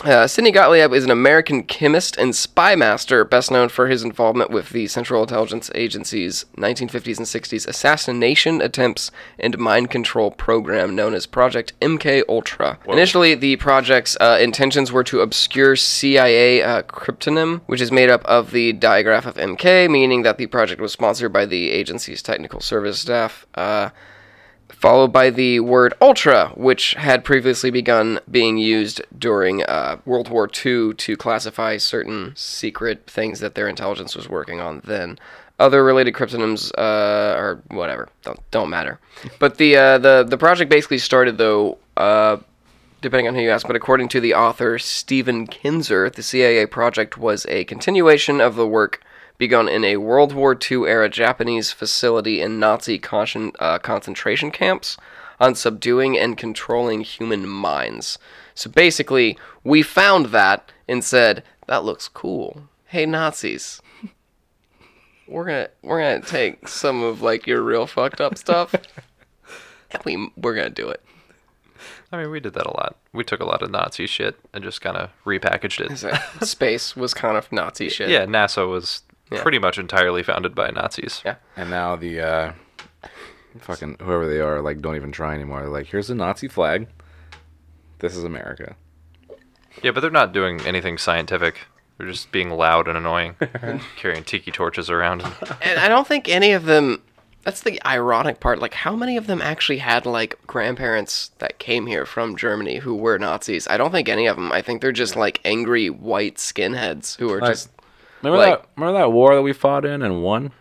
Uh, Sidney Gottlieb is an American chemist and spy master, best known for his involvement with the Central Intelligence Agency's 1950s and 60s assassination attempts and mind control program known as Project MK Ultra. Initially, the project's uh, intentions were to obscure CIA uh, cryptonym, which is made up of the digraph of MK, meaning that the project was sponsored by the agency's technical service staff. Uh, followed by the word ultra, which had previously begun being used during uh, World War II to classify certain secret things that their intelligence was working on then. Other related cryptonyms, uh, or whatever, don't, don't matter. But the, uh, the the project basically started though, uh, depending on who you ask, but according to the author Stephen Kinzer, the CIA project was a continuation of the work begun in a World War II era Japanese facility in Nazi concent- uh, concentration camps on subduing and controlling human minds. So basically, we found that and said, that looks cool. Hey, Nazis. We're gonna we're gonna take some of like your real fucked up stuff, and we we're gonna do it.
I mean, we did that a lot. We took a lot of Nazi shit and just kind of repackaged it.
So, space was kind of Nazi shit.
Yeah, NASA was
Yeah.
pretty much entirely founded by Nazis.
Yeah.
And now the uh, fucking whoever they are, like, don't even try anymore. They're like, here's a Nazi flag. This is America.
Yeah, but they're not doing anything scientific. They're just being loud and annoying, carrying tiki torches around.
And I don't think any of them. That's the ironic part. Like, how many of them actually had like grandparents that came here from Germany who were Nazis? I don't think any of them. I think they're just like angry white skinheads who are
Like,
just
Remember
Like-
that? Remember that war that we fought in and won?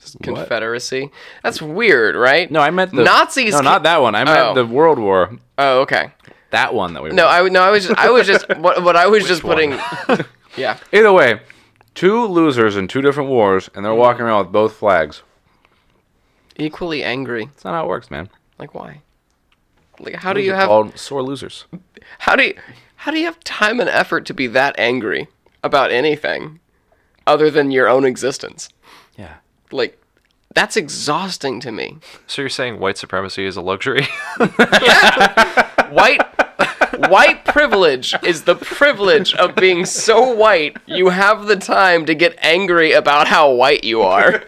Mm-hmm.
Confederacy. That's weird, right?
No, I meant the
Nazis
No,
ca-
not that one. I meant
Oh.
the World War.
Oh, okay.
That one that we.
No,
won.
I w- no, I was just, I was just what, what I was just
one?
putting. yeah,
Either way, two losers in two different wars, and they're walking around with both flags.
equally angry.
That's not how it works, man.
Like, why? Like, how do you
They're
have
called sore losers?
How do you, how do you have time and effort to be that angry about anything other than your own existence?
Yeah.
Like that's exhausting to me.
so you're saying white supremacy is a luxury?
White white privilege is the privilege of being so white you have the time to get angry about how white you are.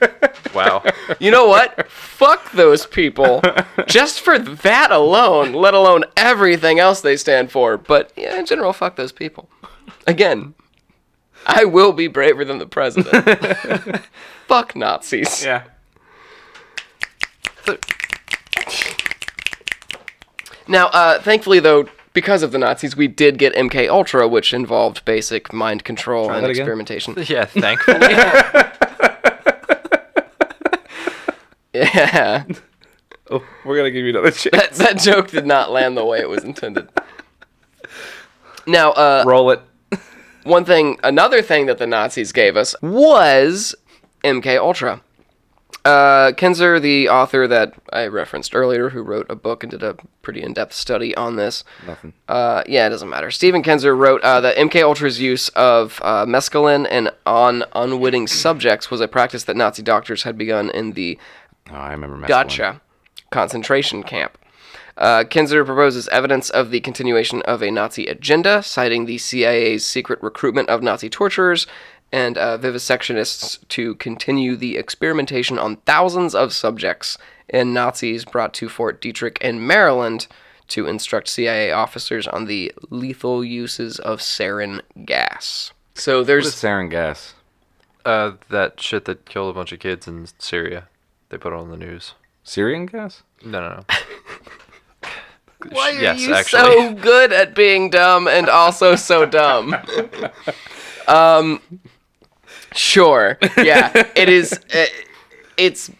wow.
You know what? Fuck those people. Just for that alone, let alone everything else they stand for. But yeah, in general, fuck those people. Again, I will be braver than the president. fuck Nazis.
Yeah.
Now, uh, thankfully, though, because of the Nazis, we did get MK Ultra, which involved basic mind control and
that again.
experimentation.
Yeah, thankfully.
Yeah,
Oh, we're gonna give you another chance.
that, that joke did not land the way it was intended. Now, uh,
Roll it.
one thing another thing that the nazis gave us was mk ultra uh, Kinzer, the author that I referenced earlier, who wrote a book and did a pretty in-depth study on this,
Nothing.
uh, yeah, it doesn't matter. Stephen Kinzer wrote uh, that MK Ultra's use of uh, mescaline and on unwitting subjects was a practice that Nazi doctors had begun in the
Oh, I remember. Max
Gotcha. Concentration camp. Uh, Kinzer proposes evidence of the continuation of a Nazi agenda, citing the CIA's secret recruitment of Nazi torturers and uh, vivisectionists to continue the experimentation on thousands of subjects and Nazis brought to Fort Detrick in Maryland to instruct CIA officers on the lethal uses of sarin gas. So
What is
there's
sarin gas?
uh, that shit that killed a bunch of kids in Syria. They put it on the news.
Syrian gas?
No, no, no.
why are
yes,
you
actually.
so good at being dumb and also so dumb? Um, Sure. Yeah. it is. It, it's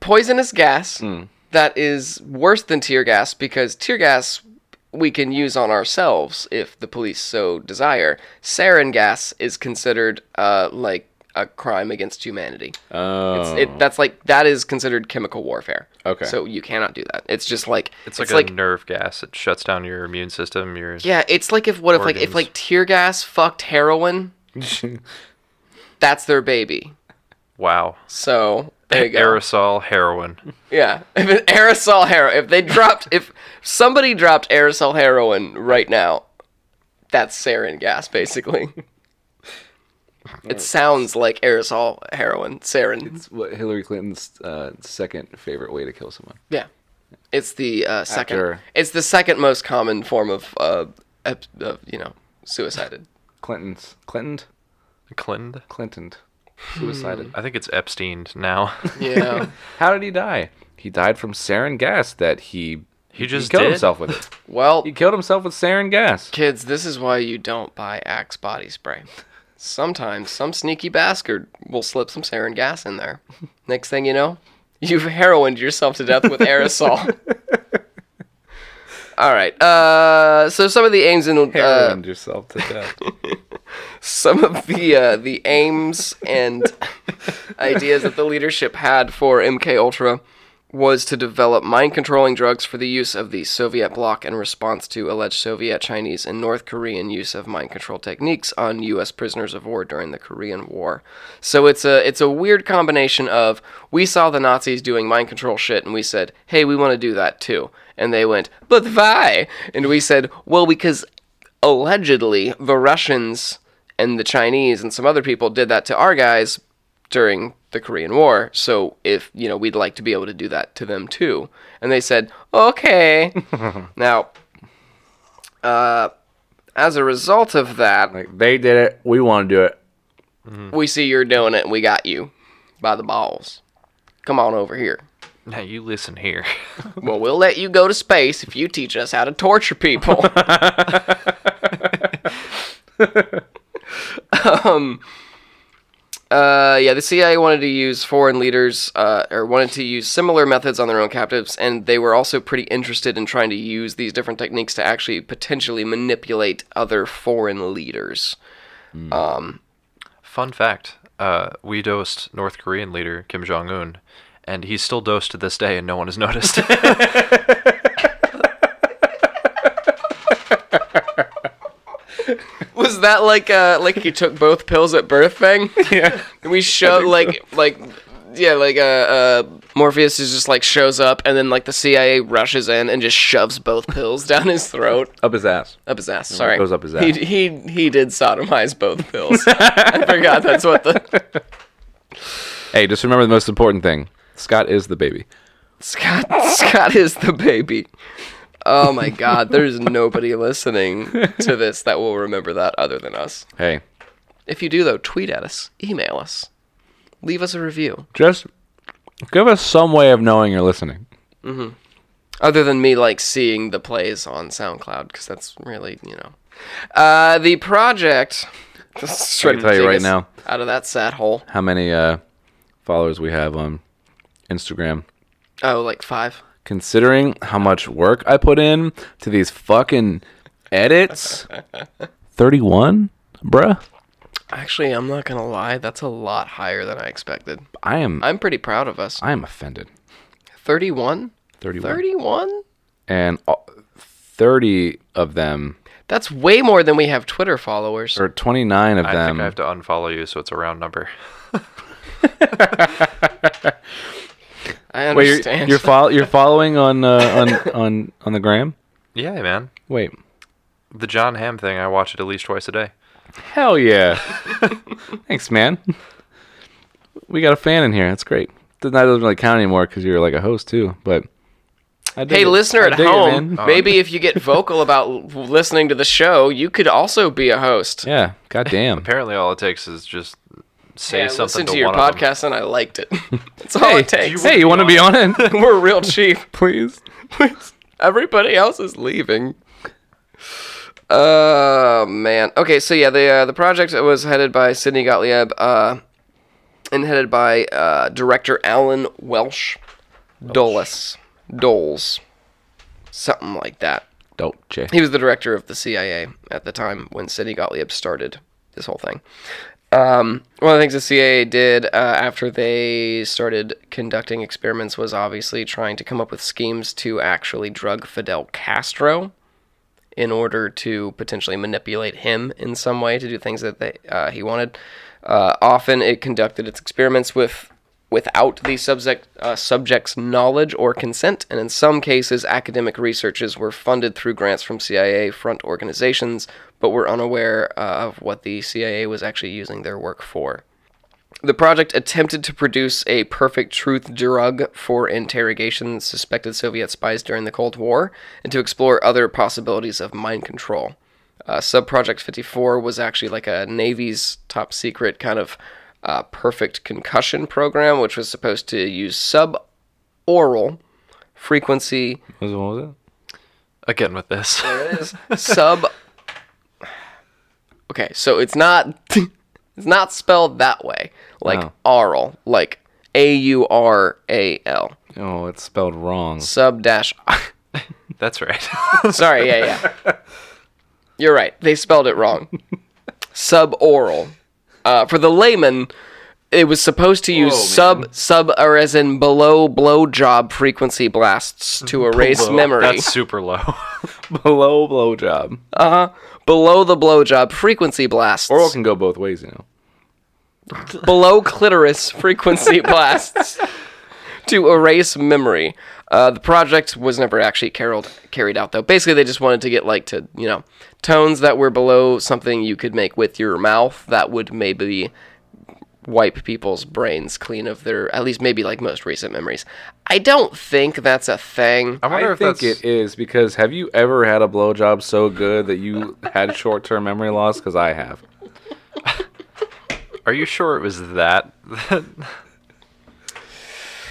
poisonous gas
Hmm.
that is worse than tear gas because tear gas we can use on ourselves if the police so desire. Sarin gas is considered uh, like a crime against humanity.
Oh.
It's, it, that's like that is considered chemical warfare.
Okay.
So you cannot do that. It's just like
It's like a nerve gas. It shuts down your immune system. Your
yeah, it's like if what if like if
Organs.
like tear gas fucked heroin, that's their baby.
wow.
So there you go.
Aerosol heroin.
yeah, if an aerosol heroin, if they dropped, if somebody dropped aerosol heroin right now, that's sarin gas basically. It sounds like aerosol heroin, sarin.
It's what Hillary Clinton's uh, second favorite way to kill someone.
yeah, it's the uh, second.
After-
It's the second most common form of uh, ep- of, you know, suicided.
Clinton's Clinton
Clinton.
Clinton suicided.
I think it's Epstein now.
Yeah.
How did he die? He died from sarin gas that he
He just
killed
did?
himself with it.
Well,
He killed himself with sarin gas.
Kids, this is why you don't buy Axe body spray. Sometimes some sneaky bastard will slip some sarin gas in there. Next thing you know, you've heroined yourself to death with aerosol. All right. Uh, so some of the aims and uh,
Heroined yourself to death.
some of the uh, the aims and ideas that the leadership had for MK Ultra was to develop mind controlling drugs for the use of the Soviet bloc in response to alleged Soviet, Chinese, and North Korean use of mind control techniques on U.S. prisoners of war during the Korean War. So it's a it's a weird combination of we saw the Nazis doing mind control shit and we said, hey, we want to do that too, and they went, but why? And we said, well, because allegedly the Russians and the Chinese and some other people did that to our guys during the Korean War. So if, you know, we'd like to be able to do that to them too. And they said, "Okay." now, uh as a result of that,
like they did it. We want to do it.
we see you're doing it and we got you by the balls. Come on over here.
now you listen here.
Well, we'll let you go to space if you teach us how to torture people. um, Um, uh, yeah, the CIA wanted to use foreign leaders, uh, or wanted to use similar methods on their own captives, and they were also pretty interested in trying to use these different techniques to actually potentially manipulate other foreign leaders.
Fun fact: uh, We dosed North Korean leader Kim Jong Un, and he's still dosed to this day, and no one has noticed.
Was that like uh like he took both pills at birth thing? Yeah. we show like like yeah like uh, uh Morpheus is just like shows up and then like the CIA rushes in and just shoves both pills down his throat
Up his ass.
up his ass. Sorry,
goes up his
He
ass.
he he did sodomize both pills. I forgot that's what the
Hey, just remember the most important thing. Scott is the baby.
Scott Scott is the baby. Oh my God! There's nobody listening to this that will remember that other than us.
Hey,
If you do though, tweet at us, email us, leave us a review.
just give us some way of knowing you're listening.
other than me like seeing the plays on SoundCloud because that's really you know uh, the project. I
can tell you right now.
out of that sad hole.
How many uh, followers we have on Instagram?
Oh, like five.
Considering how much work I put in to these fucking edits, thirty-one, bruh.
Actually, I'm not gonna lie. That's a lot higher than I expected.
I am.
I'm pretty proud of us.
I am offended.
31?
Thirty-one.
31?
And all, thirty of them,
That's way more than we have Twitter followers.
or twenty-nine of
I
them.
think I have to unfollow you, so it's a round number.
I
Wait, you're
understand.
you're, fol- you're following on uh, on on on the gram?
Yeah, man.
Wait,
The John Hamm thing, I watch it at least twice a day.
hell yeah! Thanks, man. We got a fan in here. That's great. Doesn't that doesn't really count anymore because you're like a host too. But I dig
Hey,
it.
listener
I
at
dig it,
home,
man.
maybe if you get vocal about l- listening to the show, you could also be a host.
yeah, goddamn.
Apparently, all it takes is just say
Yeah, I
something
listened
to,
to your
one of them.
podcast and I liked it. That's all it takes.
Hey, you want to be on it?
We're real cheap.
Please.
Everybody else is leaving. Uh man. Okay, so yeah, the uh, the project was headed by Sidney Gottlieb, uh, and headed by uh, director Alan Welsh, Dulles, Doles, something like that.
Dope, Jay.
He was the director of the CIA at the time when Sidney Gottlieb started this whole thing. Um, one of the things the CIA did uh, after they started conducting experiments was obviously trying to come up with schemes to actually drug Fidel Castro in order to potentially manipulate him in some way to do things that they, uh, he wanted. Uh, often it conducted its experiments with without the subject uh, subject's knowledge or consent, and in some cases, academic researches were funded through grants from CIA front organizations, but were unaware uh, of what the CIA was actually using their work for. The project attempted to produce a perfect truth drug for interrogation suspected Soviet spies during the Cold War and to explore other possibilities of mind control. Uh, Subproject 54 was actually like a Navy's top secret kind of uh, perfect concussion program, which was supposed to use suboral frequency.
What was, what was it?
Again with this.
There it is. sub. Okay, so it's not it's not spelled that way, like
No.
aural, like A U R A L.
Oh, it's spelled wrong.
Sub dash.
That's right.
Sorry, yeah, yeah. You're right. They spelled it wrong. Suboral. Uh, for the layman, it was supposed to use sub sub or as in below blowjob frequency blasts to erase memory.
That's super low.
Below blowjob.
Below the blowjob frequency blasts.
Oral can go both ways, you know.
below clitoris frequency blasts to erase memory. Uh, the project was never actually caroled, carried out though. Basically, they just wanted to get like to you know tones that were below something you could make with your mouth that would maybe wipe people's brains clean of their at least maybe like most recent memories. I don't think that's a thing.
I wonder
I
if
think
that's
it is because have you ever had a blowjob so good that you had short term memory loss? Because I have.
Are you sure it was that?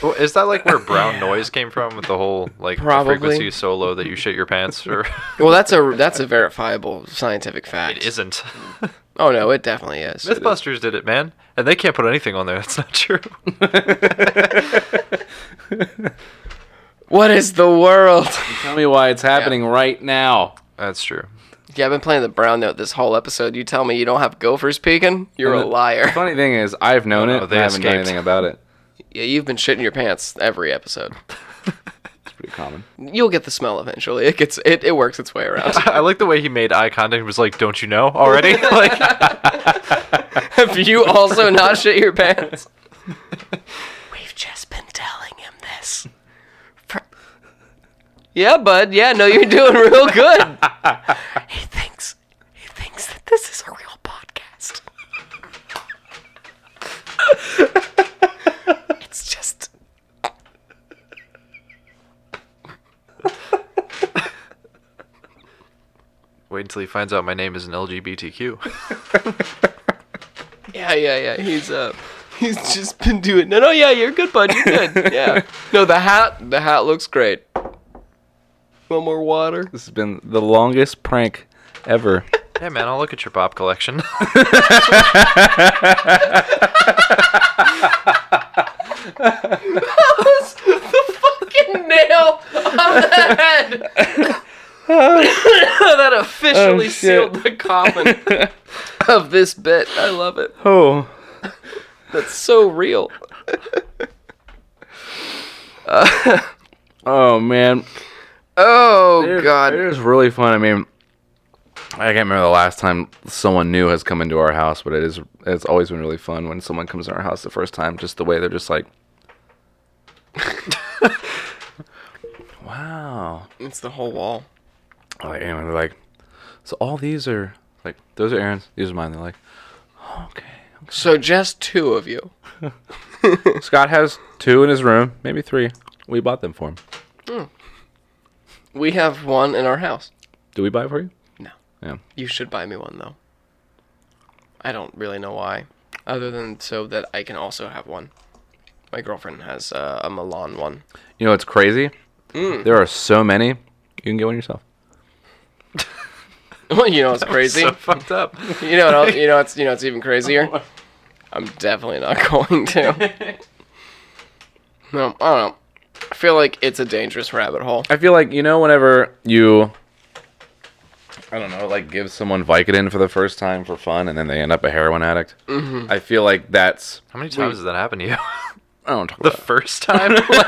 Well, Is that like where brown noise came from with the whole like the
Probably.
frequency is so low that you shit your pants or
Well, that's a that's a verifiable scientific fact.
it isn't?
Oh no, it definitely is.
Mythbusters did it, man, and they can't put anything on there that's not true.
What is the world?
Tell me why it's happening right now.
that's true.
Yeah, I've been playing the brown note this whole episode. You tell me you don't have gophers peeking? You're a
And the- The
liar.
funny thing is, I've known
Oh,
it.
no,
but
they
I haven't done
escaped.
anything about it.
Yeah, you've been shitting your pants every episode.
It's pretty common.
You'll get the smell eventually. It gets it, it works its way around.
I like the way he made eye contact. and Was like, "Don't you know already?" like,
have you also not shit your pants? We've just been telling him this. For- Yeah, bud. Yeah, no, you're doing real good. he thinks he thinks that this is a real podcast. it's just
wait until he finds out my name is an LGBTQ.
Yeah, yeah, yeah. He's uh he's just been doing No no yeah, you're good, bud. You're good. Yeah. No, the hat the hat looks great. One more water.
This has been the longest prank ever.
hey, man, I'll look at your pop collection.
the fucking nail on the head. that officially
Oh, shit.
sealed the coffin of this bit. I love it.
oh,
That's so real.
oh man.
Oh
It-
god.
It is really fun. I mean, I can't remember the last time someone new has come into our house, but it is it's always been really fun when someone comes in our house the first time. Just the way they're just like, wow.
It's the whole wall.
Like, and they're like, so all these are like those are Aaron's. These are mine. They're like, okay.
So just two of you.
Scott has two in his room, maybe three. We bought them for him.
We have one in our house.
Do we buy it for you?
No.
Yeah.
You should buy me one though. I don't really know why, other than so that I can also have one. My girlfriend has uh, a Milan one.
You know what's crazy? There are so many. You can get one yourself.
Well, you know it's crazy.
so fucked up.
You know, what else- you know it's you know it's even crazier. I'm definitely not going to. No, I don't know. I feel like it's a dangerous rabbit hole.
I feel like you know whenever you I don't know, like give someone Vicodin for the first time for fun and then they end up a heroin addict. Mm-hmm. I feel like that's
How many times has that happened to you?
I don't talk
the
about
first time? Like,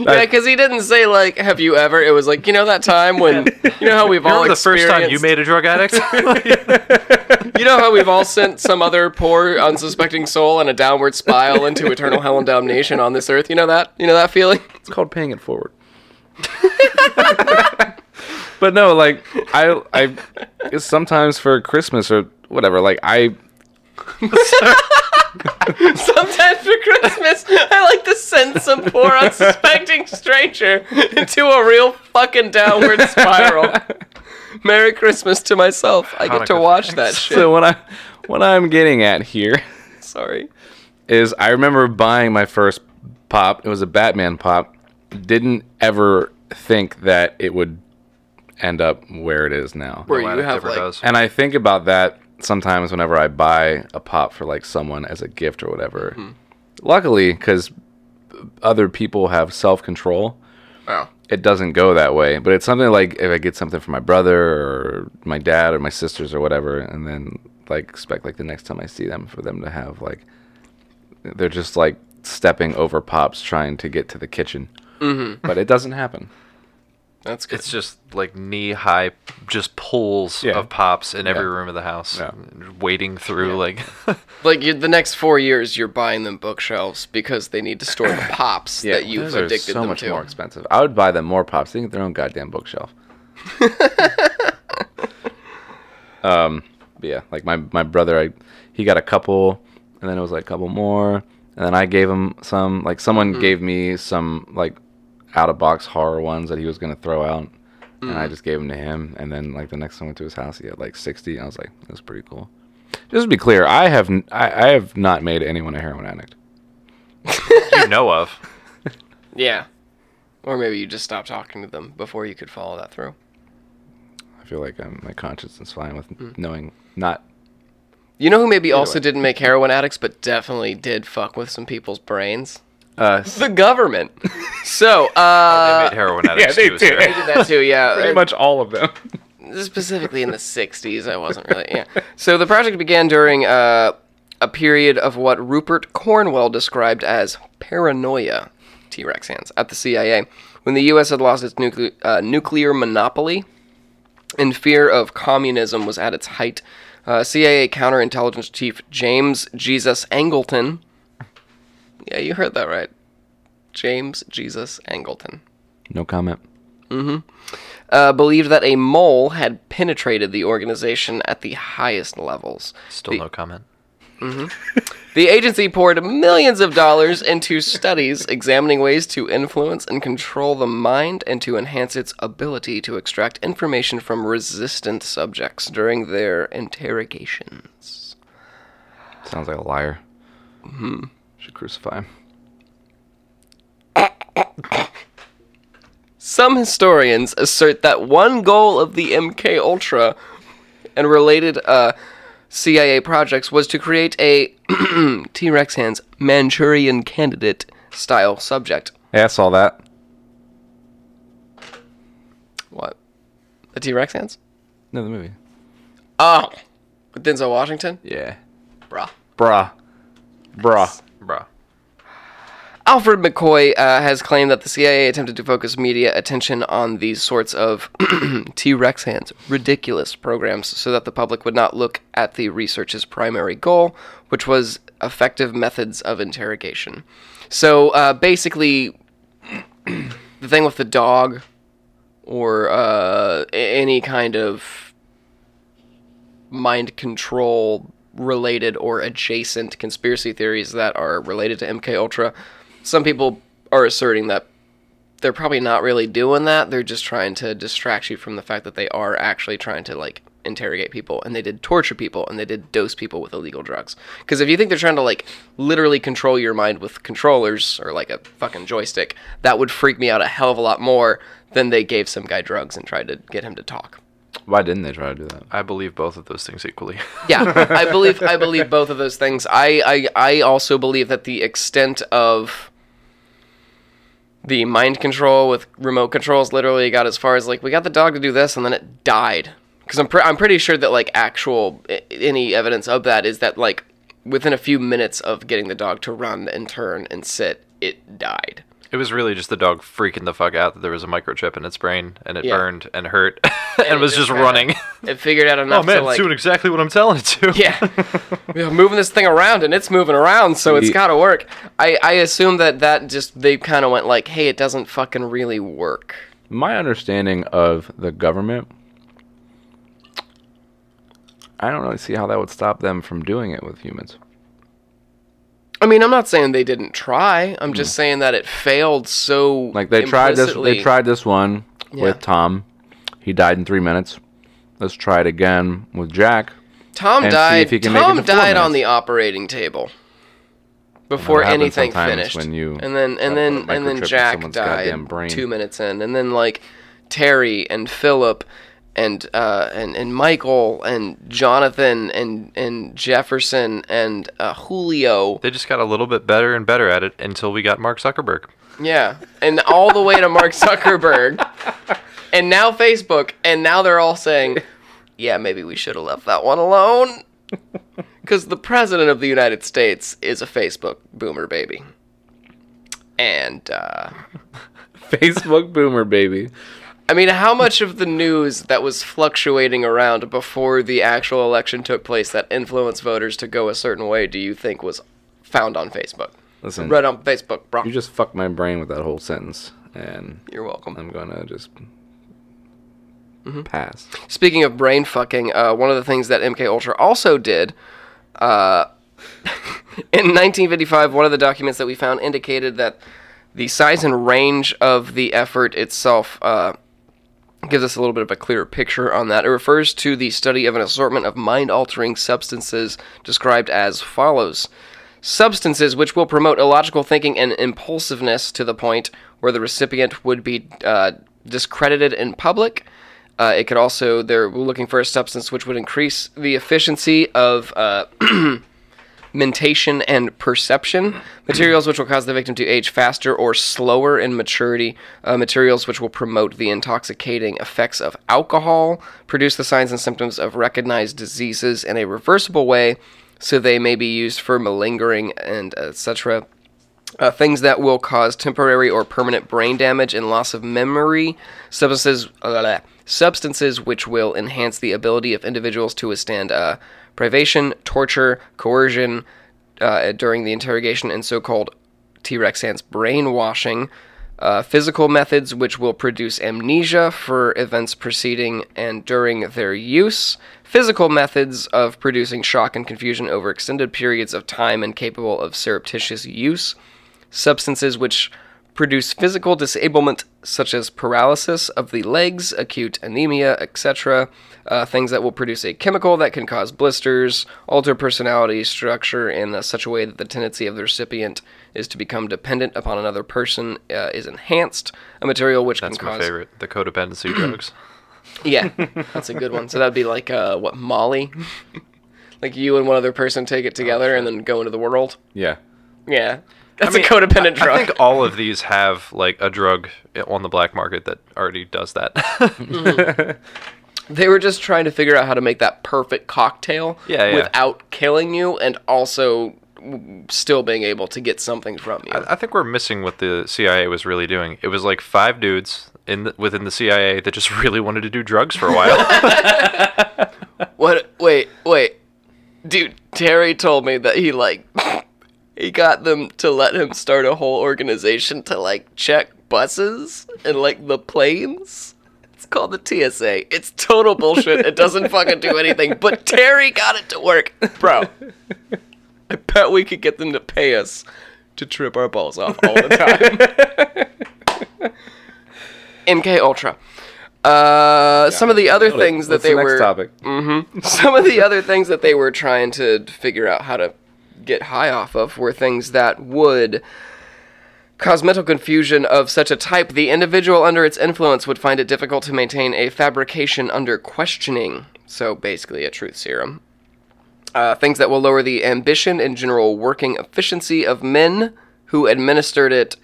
Yeah, because he didn't say like, "Have you ever?" It was like, you know, that time when you know how we've all
remember the first time you
experienced-
made a drug addict?
You know how we've all sent some other poor, unsuspecting soul in a downward spiral into eternal hell and damnation on this earth. You know that? You know that feeling?
It's called paying it forward. but no, like I I it's sometimes for Christmas or whatever, like I
Sometimes for Christmas, I like to send some poor, unsuspecting stranger into a real fucking downward spiral. Merry Christmas to myself. I get to
Hanukkah
watch that shit.
so what I what I'm getting at here
Sorry.
is I remember buying my first pop. It was a Batman pop. Didn't ever think that it would end up where it is now.
Where
Glad
you
it
have
never
like,
does.
And I think about that sometimes whenever I buy a pop for like someone as a gift or whatever. Luckily, because other people have self control,
oh,
it doesn't go that way. But it's something like if I get something for my brother or my dad or my sisters or whatever, and then like expect like the next time I see them for them to have like they're just like stepping over pops trying to get to the kitchen. Mm-hmm. But it doesn't happen.
that's good.
it's just like knee high, just pools
Yeah.
of pops in every room of the house,
Yeah.
wading through like
Like you, the next four years, you're buying them bookshelves because they need to store the pops that you've
those are
addicted
so
them
much
to.
more expensive. I would buy them more pops. They can get their own goddamn bookshelf. um, Um, but yeah, like my my brother, I he got a couple, and then it was like a couple more, and then I gave him some. Like someone
Mm-hmm.
gave me some like out of box horror ones that he was gonna throw out. And
Mm.
I just gave them to him, and then like the next time I went to his house, he had like sixty. And I was like, "That's pretty cool." Just to be clear, I have n- I, I have not made anyone a heroin addict.
you know of.
Yeah. Or maybe you just stopped talking to them before you could follow that through.
I feel like I'm, my conscience is fine with
Mm.
knowing not.
You know who maybe also didn't make heroin addicts, but definitely did fuck with some people's brains?
Uh,
The government. so, uh,
they made heroin addicts
they
too,
did.
Sarah.
did that too, yeah.
pretty much all of them.
specifically in the 60s i wasn't really yeah so the project began during uh, a period of what rupert cornwell described as paranoia t-rex hands at the cia when the us had lost its nucle- uh, nuclear monopoly and fear of communism was at its height uh, cia counterintelligence chief james jesus angleton yeah you heard that right james jesus angleton
No comment.
uh, believed that a mole had penetrated the organization at the highest levels.
Still no comment.
The agency poured millions of dollars into studies examining ways to influence and control the mind and to enhance its ability to extract information from resistant subjects during their interrogations.
Sounds like a liar.
Mm-hmm.
Should crucify him.
Some historians assert that one goal of the MK Ultra and related uh, CIA projects was to create a T Rex hands Manchurian candidate style subject.
Hey, I saw that.
What? The T Rex hands?
No, the movie.
Oh, with Denzel Washington,
Yeah.
bruh.
Bruh. Bruh.
Bruh.
Alfred McCoy uh, has claimed that the CIA attempted to focus media attention on these sorts of T Rex hands, ridiculous programs, so that the public would not look at the research's primary goal, which was effective methods of interrogation. So uh, basically, the thing with the dog or uh, a- any kind of mind control related or adjacent conspiracy theories that are related to MK Ultra. Some people are asserting that they're probably not really doing that. They're just trying to distract you from the fact that they are actually trying to like interrogate people and they did torture people and they did dose people with illegal drugs. Cuz if you think they're trying to like literally control your mind with controllers or like a fucking joystick, that would freak me out a hell of a lot more Then they gave some guy drugs and tried to get him to talk.
Why didn't they try to do that?
I believe both of those things equally.
Yeah, I believe I believe both of those things. I, I I also believe that the extent of the mind control with remote controls literally got as far as like we got the dog to do this and then it died because I'm pre- I'm pretty sure that like actual i- any evidence of that is that like within a few minutes of getting the dog to run and turn and sit it died.
It was really just the dog freaking the fuck out that there was a microchip in its brain and it
Yeah.
burned and hurt and,
it
was just
just kinda-
running.
It figured out enough
oh man,
to like
it's doing exactly what I'm telling it to.
Yeah. We're moving this thing around and it's moving around, so it's
Ye-
got to work. I, I assume that that just, they kind of went like, hey, it doesn't fucking really work.
My understanding of the government, I don't really see how that would stop them from doing it with humans.
I mean, I'm not saying they didn't try. I'm just saying that it failed so.
Like they tried this, they
implicitly.
tried this one
Yeah.
with Tom. He died in three minutes. Let's try it again with Jack.
Tom
and see
died.
if he can make it
Tom
to four
died on
minutes.
the operating table before
happens
anything
sometimes
finished.
when you
and then
have
and then
a
and
microchip
then
in
Jack
someone's goddamn
died
brain.
two minutes in, and then like Terry and Philip and uh, and and Michael and Jonathan and and Jefferson and uh, Julio.
They just got a little bit better and better at it until we got Mark Zuckerberg.
Yeah, and all the way to Mark Zuckerberg, and now Facebook, and now they're all saying, "Yeah, maybe we should have left that one alone," because the president of the United States is a Facebook boomer baby, and uh,
Facebook boomer baby.
I mean, how much of the news that was fluctuating around before the actual election took place that influenced voters to go a certain way do you think was found on Facebook?
Listen,
Read on Facebook, bro.
you just fucked my brain with that whole sentence, and
You're welcome.
I'm gonna just
Mm-hmm.
pass.
Speaking of brain fucking, uh, one of the things that MK Ultra also did uh, in 1955, one of the documents that we found indicated that the size and range of the effort itself uh, gives us a little bit of a clearer picture on that. It refers to the study of an assortment of mind altering substances described as follows substances which will promote illogical thinking and impulsiveness to the point where the recipient would be uh, discredited in public. Uh, it could also, they're looking for a substance which would increase the efficiency of. Uh, mentation and perception materials which will cause the victim to age faster or slower in maturity uh, materials which will promote the intoxicating effects of alcohol produce the signs and symptoms of recognized diseases in a reversible way so they may be used for malingering and etc uh, things that will cause temporary or permanent brain damage and loss of memory, substances uh, blah, blah, substances which will enhance the ability of individuals to withstand uh, privation, torture, coercion uh, during the interrogation, and so-called T-Rex hands brainwashing. Uh, physical methods which will produce amnesia for events preceding and during their use. Physical methods of producing shock and confusion over extended periods of time and capable of surreptitious use substances which produce physical disablement such as paralysis of the legs, acute anemia, etc. Uh, things that will produce a chemical that can cause blisters, alter personality structure in uh, such a way that the tendency of the recipient is to become dependent upon another person uh, is enhanced. A material which
That's
can
my
cause
favorite. The codependency drugs.
yeah, that's a good one. So that'd be like uh, what Molly, like you and one other person take it together and then go into the world.
Yeah.
Yeah, that's
mean,
a codependent drug.
I think all of these have like a drug on the black market that already does that.
They were just trying to figure out how to make that perfect cocktail
Yeah, yeah.
without killing you and also w- still being able to get something from you.
I think we're missing what the CIA was really doing. It was like five dudes in the, within the CIA that just really wanted to do drugs for a while.
what? Wait, wait. Dude, Terry told me that he, like, he got them to let him start a whole organization to, like, check buses and, like, the planes. It's called the TSA. It's total bullshit. it doesn't fucking do anything, but Terry got it to work. Bro, I bet we could get them to pay us to trip our balls off all the time. MK Ultra. Uh, some of the other things that
What's
they
the next
were
topic?
some of the other things that they were trying to figure out how to get high off of were things that would cosmetal confusion of such a type, the individual under its influence would find it difficult to maintain a fabrication under questioning. So basically, a truth serum. Uh, things that will lower the ambition and general working efficiency of men who administered it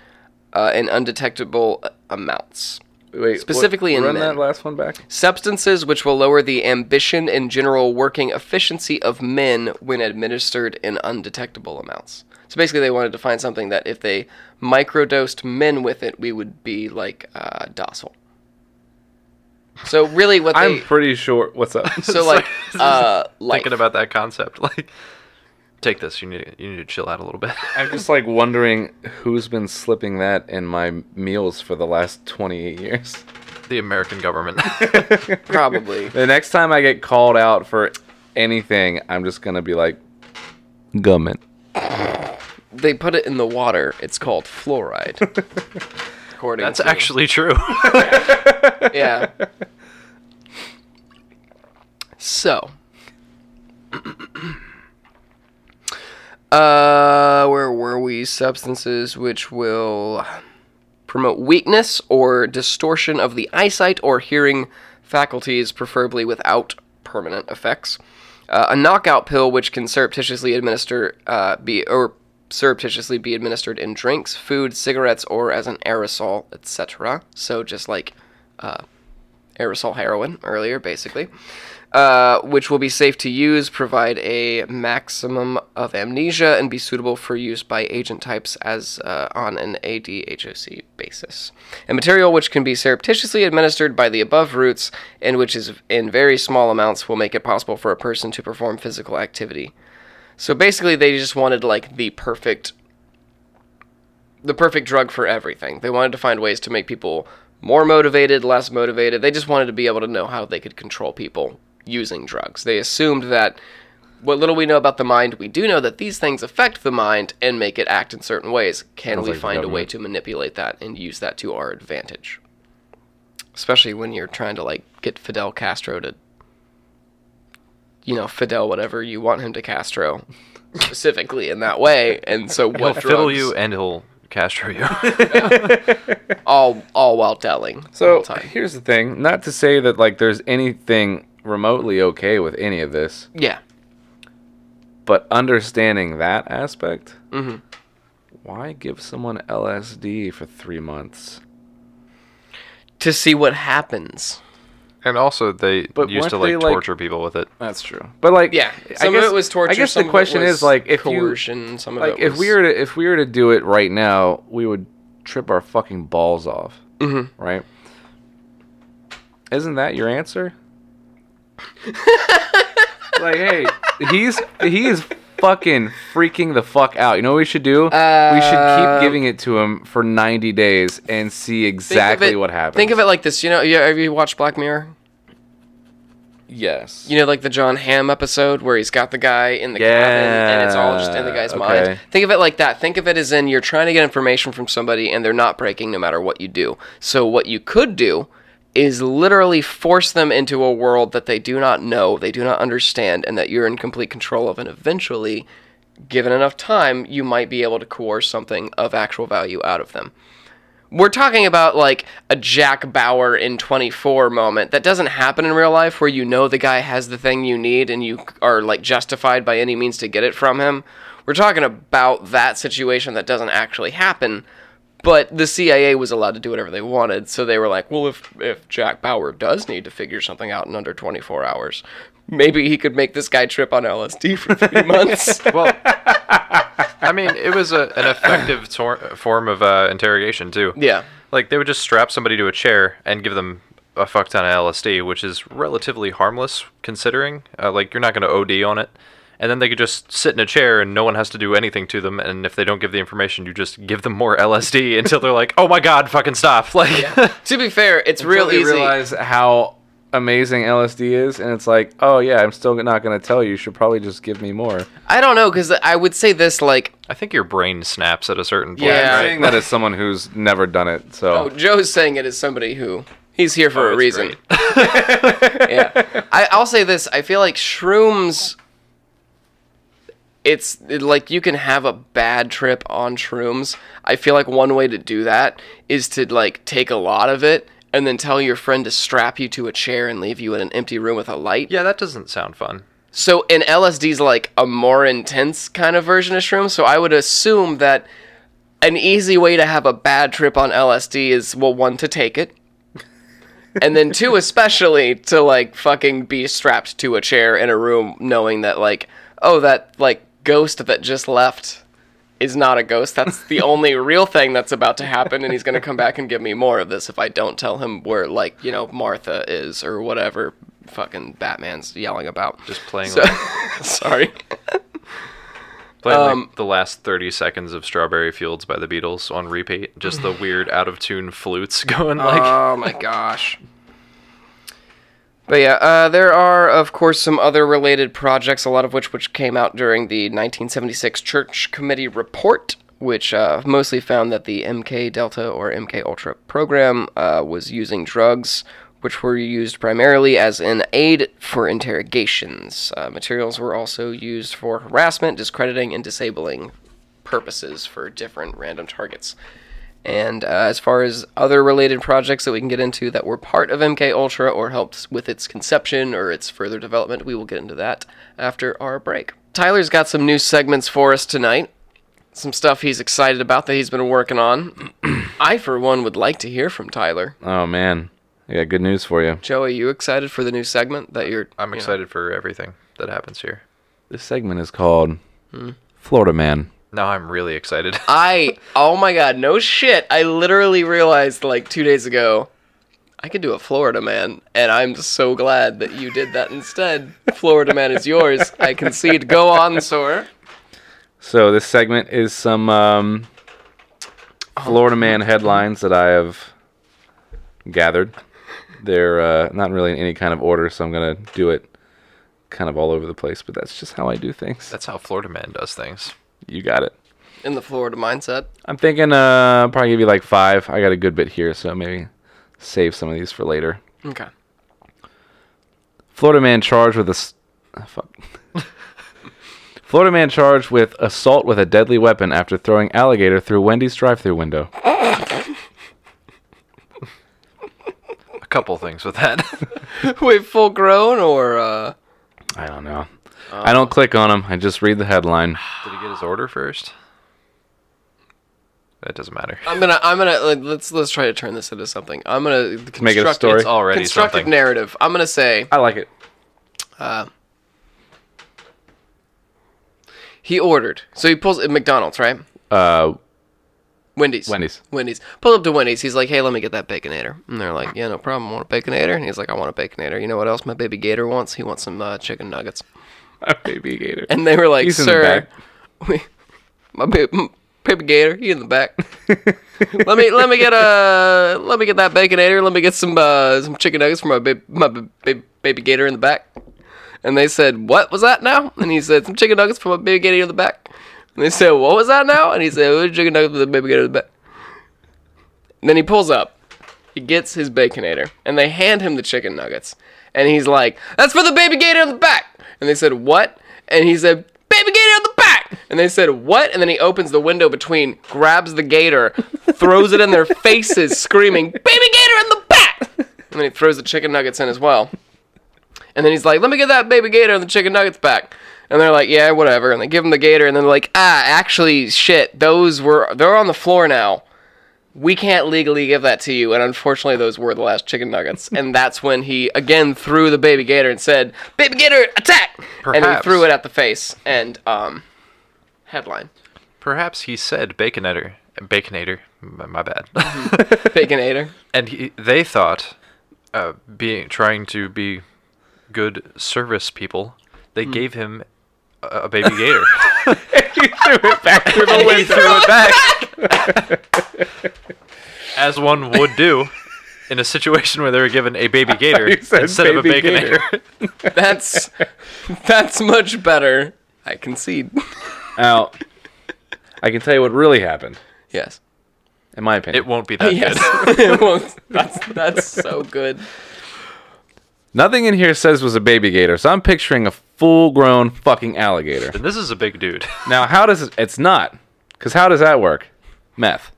uh, in undetectable uh, amounts.
Wait,
Specifically
what,
in
run
men.
that last one back.
Substances which will lower the ambition and general working efficiency of men when administered in undetectable amounts. So basically, they wanted to find something that if they microdosed men with it, we would be like uh, docile. So really, what they
I'm pretty sure. What's up?
so like uh, like
Thinking about that concept, like, take this. You need you need to chill out a little bit.
I'm just like wondering who's been slipping that in my meals for the last 28 years.
the American government.
probably
The next time I get called out for anything, I'm just gonna be like, government.
they put it in the water. It's called fluoride. According
That's
to-
actually true.
yeah. So, uh, where were we? Substances which will promote weakness or distortion of the eyesight or hearing faculties, preferably without permanent effects. Uh, a knockout pill which can surreptitiously administer uh, be or surreptitiously be administered in drinks, food, cigarettes, or as an aerosol, etc. So just like aerosol heroin earlier, basically, uh, which will be safe to use, provide a maximum of amnesia, and be suitable for use by agent types as uh, on an ADHOC basis. A material which can be surreptitiously administered by the above routes and which is in very small amounts will make it possible for a person to perform physical activity. So basically, they just wanted like the perfect the perfect drug for everything. They wanted to find ways to make people more motivated, less motivated. They just wanted to be able to know how they could control people using drugs. They assumed that what little we know about the mind, we do know that these things affect the mind and make it act in certain ways. Can we
like the
find a way
government.
to manipulate that and use that to our advantage? Especially when you're trying to like get Fidel Castro to you know, Fidel whatever you want him to Castro specifically in that way. And so what
he'll fiddle
drugs-
you and he'll Castro you.
all all while telling.
So
the whole time.
here's the thing. Not to say that like there's anything remotely okay with any of this,
yeah,
but understanding that aspect.
Mm-hmm.
Why give someone LSD for three months?
to see what happens.
and also, they
But
used to
weren't
like
they, like-
torture people with it.
That's true. But like,
Yeah,
I
some
guess-
of it was torture.
I guess
some
the question
of it was
is like, if you
coercion, some of
like
it
if
was,
we were to if we were to do it right now, we would trip our fucking balls off. Mm-hmm. Right? Isn't that your answer? like, hey, he's he's fucking freaking the fuck out. You know what we should do? we should keep giving it to him for 90 days and see
Uh, Think of
exactly
it-
what happens.
Think of it like this. You know, you, have you watched Black Mirror?
Yes.
You know, like the John Hamm episode where he's got the guy in the cabin and it's all just in the guy's
Yeah,
mind.
okay.
Think of it like that. Think of it as in you're trying to get information from somebody and they're not breaking no matter what you do. So what you could do is literally force them into a world that they do not know, they do not understand, and that you're in complete control of. And eventually, given enough time, you might be able to coerce something of actual value out of them we're talking about like a Jack Bauer in 24 moment that doesn't happen in real life where you know the guy has the thing you need and you are like justified by any means to get it from him. We're talking about that situation that doesn't actually happen, but the CIA was allowed to do whatever they wanted, so they were like, well, if, if Jack Bauer does need to figure something out in under 24 hours, maybe he could make this guy trip on LSD for three months.
Well, I mean, it was a, an effective tor- form of uh, interrogation too.
yeah.
Like they would just strap somebody to a chair and give them a fuck ton of LSD, which is relatively harmless considering. Uh, like you're not going to OD on it, and then they could just sit in a chair and no one has to do anything to them. And if they don't give the information, you just give them more LSD until they're like, "Oh my god, fucking stop!" Like,
To be fair, it's real
really
easy.
realize how amazing LSD is, and it's like, oh yeah, I'm still not gonna tell you. You should probably just give me more.
I don't know, because I would say this like,
I think your brain snaps at a certain point.
Yeah.
I'm
right?
saying that as someone who's never done it. So
Oh, Joe's saying it as somebody who he's here
Oh,
for a
it's
reason. yeah, I, I'll say this: I feel like shrooms it's it- like you can have a bad trip on shrooms. I feel like one way to do that is to like take a lot of it and then tell your friend to strap you to a chair and leave you in an empty room with a light.
Yeah, that doesn't sound fun.
So and LSD's like a more intense kind of version of shrooms, so I would assume that an easy way to have a bad trip on LSD is well one to take it. and then two especially to like fucking be strapped to a chair in a room knowing that like oh that like ghost that just left is not a ghost. That's the only real thing that's about to happen and he's going to come back and give me more of this if I don't tell him where like, you know, Martha is or whatever fucking Batman's yelling about.
Just playing
So-
like,
Sorry.
playing like, the last thirty seconds of "Strawberry Fields" by the Beatles on repeat. Just the weird out of tune flutes going like.
oh my gosh. But yeah, uh, there are of course some other related projects, a lot of which which came out during the 1976 Church Committee report, which uh, mostly found that the MK Delta or MK Ultra program uh, was using drugs, which were used primarily as an aid for interrogations. Uh, materials were also used for harassment, discrediting, and disabling purposes for different random targets. And uh, as far as other related projects that we can get into that were part of MK Ultra or helped with its conception or its further development, we will get into that after our break. Tyler's got some new segments for us tonight. Some stuff he's excited about that he's been working on. I, for one, would like to hear from Tyler.
Oh man, I got good news for you.
Joey, you excited for the new segment that you're?
I'm
you know-
excited for everything that happens here.
This segment is called Florida Man.
Now I'm really excited.
I oh my god, no shit. I literally realized like two days ago I could do a Florida man, and I'm so glad that you did that instead. Florida man is yours. I concede. Go on, sir.
So this segment is some um, Florida Man headlines that I have gathered. They're uh, not really in any kind of order, so I'm gonna do it kind of all over the place. But that's just how I do things.
That's how Florida Man does things.
You got it.
In the Florida mindset.
I'm thinking uh probably give you like five. I got a good bit here, so maybe save some of these for later.
Okay.
Florida man charged with a s- ah, fuck. Florida man charged with assault with a deadly weapon after throwing alligator through Wendy's drive-through window.
A couple things with that.
Wait, full grown or uh
I don't know. I don't click on them. I just read the headline.
Did he get his order first? That doesn't matter.
I'm gonna I'm gonna like, let's let's try to turn this into something. I'm gonna construct
Make it a story.
It's
already
constructive
something.
narrative. I'm gonna say
I like it.
he ordered. So he pulls at McDonald's, right?
Uh,
Wendy's.
Wendy's.
Wendy's. Pull up to Wendy's. He's like, hey, let me get that Baconator. And they're like, yeah, no problem. Want a Baconator? And he's like, I want a Baconator. You know what else my baby gator wants? He wants some uh, chicken nuggets.
a baby gator.
And they were like,
He's in the
sir,
back.
we, my baby, baby gator, he in the back. let me let me get a let me get that Baconator. Let me get some uh, some chicken nuggets for my baby my baby, baby gator in the back. And they said, what was that now? And he said, some chicken nuggets for my baby gator in the back. And they said, what was that now? And he said, "Oh, chicken nuggets for the baby gator in the back. And then he pulls up. He gets his baconator, and they hand him the chicken nuggets. And he's like, That's for the baby gator in the back. And they said, What? And he said, Baby gator in the back. And they said, What? And then he opens the window between, grabs the gator, throws it in their faces, screaming, Baby gator in the back. And then he throws the chicken nuggets in as well. And then he's like, Let me get that baby gator and the chicken nuggets back. And they're like, Yeah, whatever. And they give him the gator, and they're like, Ah, actually, shit, those were, they're on the floor now we can't legally give that to you and unfortunately those were the last chicken nuggets and that's when he again threw the baby gator and said baby gator attack and he
Perhaps.
threw it at the face and um headline
Perhaps he said Baconator. Baconator. My, my bad.
baconator
and he, they thought, uh, being trying to be good service people,
Hmm.
they gave him a, a baby gator.
through the
he threw it back, as one would do in a situation where they were given a baby gator
you said
instead of a
baby
baconator.
that's that's much better i concede
Now, I can tell you what really happened,
yes
in my opinion.
it won't be that
yes
good.
It was- that's that's so good
Nothing in here says was a baby gator, so I'm picturing a full-grown fucking alligator.
And this is a big dude.
Now, how does it, it's not? Because how does that work? Meth.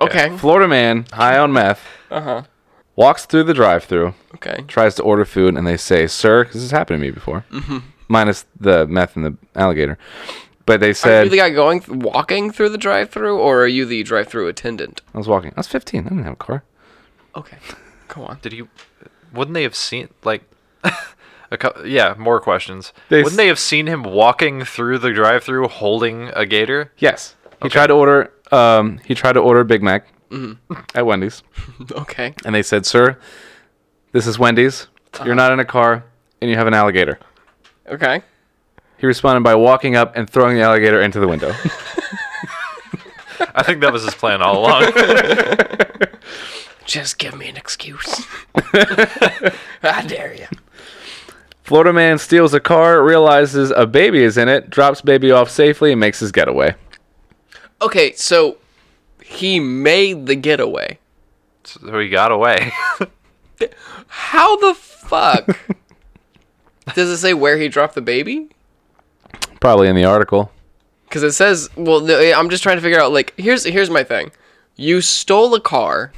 Okay.
Florida man high on meth
Uh huh.
walks through the drive-through,
Okay.
tries to order food, and they say, "Sir," 'cause this has happened to me before,
Mm-hmm.
minus the meth and the alligator. But they
Are
said
you the guy going th- walking through the drive-through, or are you the drive-through attendant?
I was walking. I was 15. I didn't have a car.
Okay. Go on.
Did he? Wouldn't they have seen like? A couple, yeah, more questions.
They s-
Wouldn't they have seen him walking through the drive-through holding a gator?
Yes. He tried to order. Um, he tried to order a Big Mac
Mm-hmm.
at Wendy's,
Okay.
and they said, "Sir, this is Wendy's.
Uh-huh.
You're not in a car, and you have an alligator."
Okay.
He responded by walking up and throwing the alligator into the window.
I think that was his plan all along.
Just give me an excuse. I dare you.
Florida man steals a car, realizes a baby is in it, drops baby off safely, and makes his getaway.
Okay, so he made the getaway.
so he got away.
How the fuck? Does it say where he dropped the baby?
Probably in the article.
Because it says, well, no, I'm just trying to figure out. Like, here's here's my thing. You stole a car.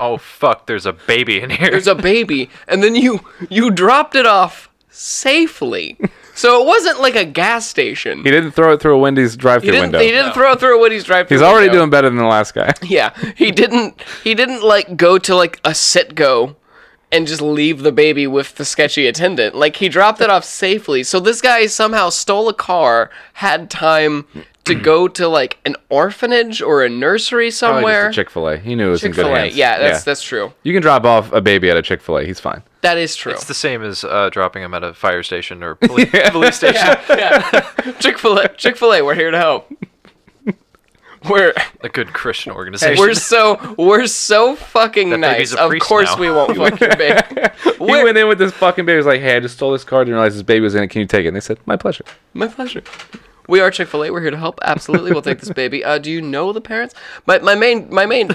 oh fuck! There's a baby in here.
There's a baby, and then you you dropped it off safely. So it wasn't like a gas station.
He didn't throw it through a Wendy's
He
drive-through
didn't,
window.
he didn't throw it through a Woody's drive-through.
He's already
window.
doing better than the last guy.
Yeah, he didn't. He didn't like go to like a sitgo and just leave the baby with the sketchy attendant. Like he dropped it off safely. So this guy somehow stole a car, had time to go to like an orphanage or a nursery somewhere.
Chick Fil A. He knew it was in good
Chick-fil-A.
hands.
Yeah, that's that's true.
You can drop off a baby at a Chick Fil A. He's fine.
That is true.
It's the same as uh, dropping him at a fire station or poli- police station.
Chick Fil A. Chick Fil A. We're here to help. We're
A good Christian organization.
we're so we're so fucking
That
nice.
baby's a
Of
priest
course
now.
we won't fuck your baby.
He went in with this fucking baby. He was like, "Hey, I just stole this car. Didn't realize this baby was in it. Can you take it?" And they said, "My pleasure."
My pleasure. We are Chick Fil A. We're here to help. Absolutely, we'll take this baby. Uh, do you know the parents? My my main my main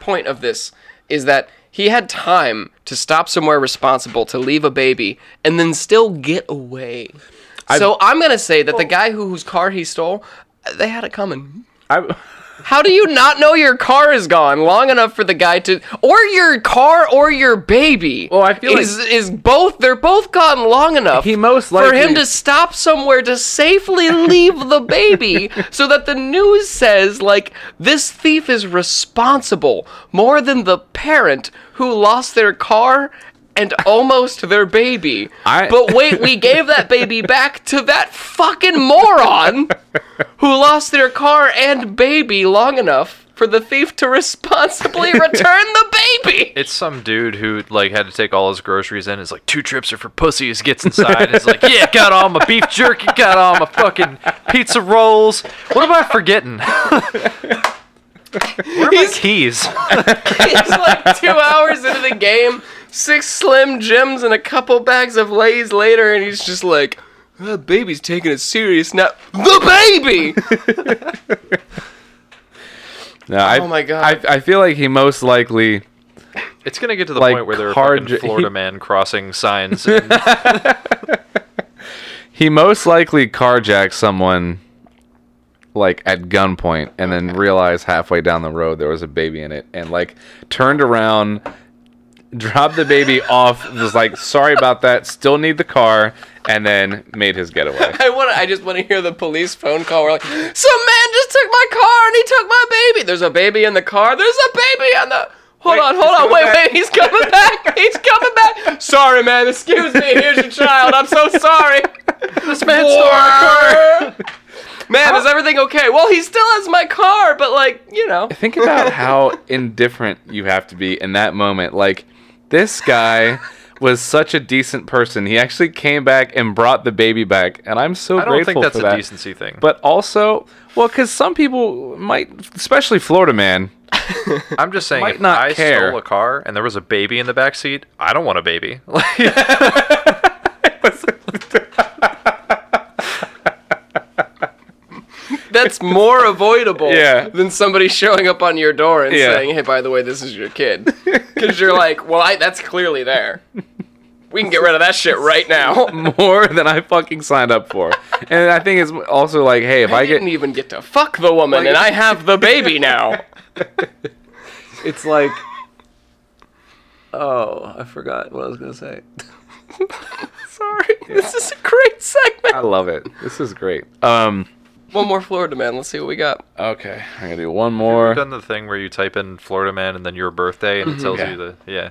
point of this is that he had time to stop somewhere responsible to leave a baby and then still get away. so I'm gonna say that the
Oh.
guy who whose car he stole, uh, they had it coming.
I,
How do you not know your car is gone long enough for the guy to, or your car or your baby?
Well, I feel
is is both they're both gone long enough.
He most
for him
likely-
to stop somewhere to safely leave the baby, so that the news says like this thief is responsible more than the parent who lost their car. And almost their baby.
I-
but wait, we gave that baby back to that fucking moron who lost their car and baby long enough for the thief to responsibly return the baby.
it's some dude who like had to take all his groceries in. It's like two trips are for pussies. Gets inside. And is like, yeah, got all my beef jerky. Got all my fucking pizza rolls. What am I forgetting? Where are my keys?
It's like two hours into the game, six Slim Jims and a couple bags of Lay's later, and he's just like, the baby's taking it serious now. The baby!
no, I,
Oh my God.
I, I feel like he most likely
It's gonna get to the
Like,
point where there are
hard
fucking
dri-
Florida man crossing signs. And
he most likely carjacked someone like at gunpoint and then realized halfway down the road there was a baby in it and like turned around dropped the baby off was like sorry about that still need the car and then made his getaway
I want. I just want to hear the police phone call. We're like, some man just took my car and he took my baby. There's a baby in the car. There's a baby on the. Hold on, hold on, wait, wait, he's coming back, he's coming back. Sorry, man, excuse me, here's your child, I'm so sorry. This man stole my car. Man, is everything okay? Well, he still has my car, but like, you know.
think about how indifferent you have to be in that moment like this guy was such a decent person he actually came back and brought the baby back and i'm so
I don't
grateful
think that's
for
a
that.
decency thing.
but also well because some people might especially florida man
I'm just saying,
Might
if
not
I
care.
stole a car and there was a baby in the back seat, I don't want a baby.
That's more avoidable
Yeah.
than somebody showing up on your door and
Yeah.
saying, "Hey, by the way, this is your kid," because you're like, "Well, I, that's clearly there." We can get rid of that shit right now.
more than I fucking signed up for. and I think it's also like, hey, if I,
I
get,
didn't even get to fuck the woman, and I have the baby now.
it's like,
Oh, I forgot what I was going to say.
Sorry, this is a great segment.
I love it. This is great. Um,
One more Florida man. Let's see what we got.
okay, I'm gonna do one more.
Done the thing where you type in Florida man and then your birthday and it tells
Yeah.
you the yeah.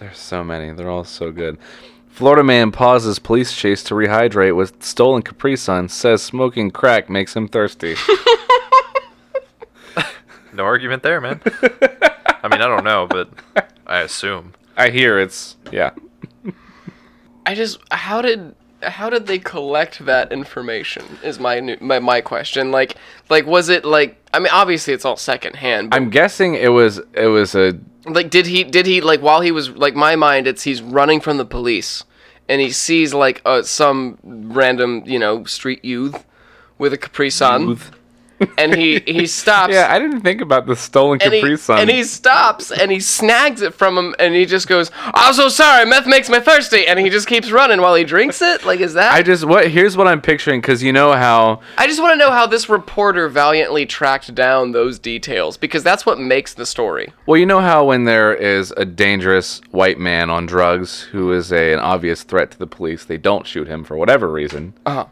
There's so many. They're all so good. Florida man pauses police chase to rehydrate with stolen Capri Sun. Says smoking crack makes him thirsty.
No argument there, man. I mean, I don't know, but I assume.
I hear it's yeah.
I just how did how did they collect that information? Is my new, my my question. Like like was it like I mean obviously it's all secondhand. But
I'm guessing it was it was a
like did he did he like while he was like my mind it's he's running from the police and he sees like uh, some random you know street youth with a Capri Sun and he he stops.
yeah. I didn't think about the stolen
and
Capri
he,
Sun.
and he stops and he snags it from him and he just goes, I'm so sorry, meth makes me thirsty. And he just keeps running while he drinks it? Like, is that?
I just what here's what I'm picturing because you know how
I just want to know how this reporter valiantly tracked down those details because that's what makes the story.
Well, you know how when there is a dangerous white man on drugs who is a, an obvious threat to the police, they don't shoot him for whatever reason.
Well,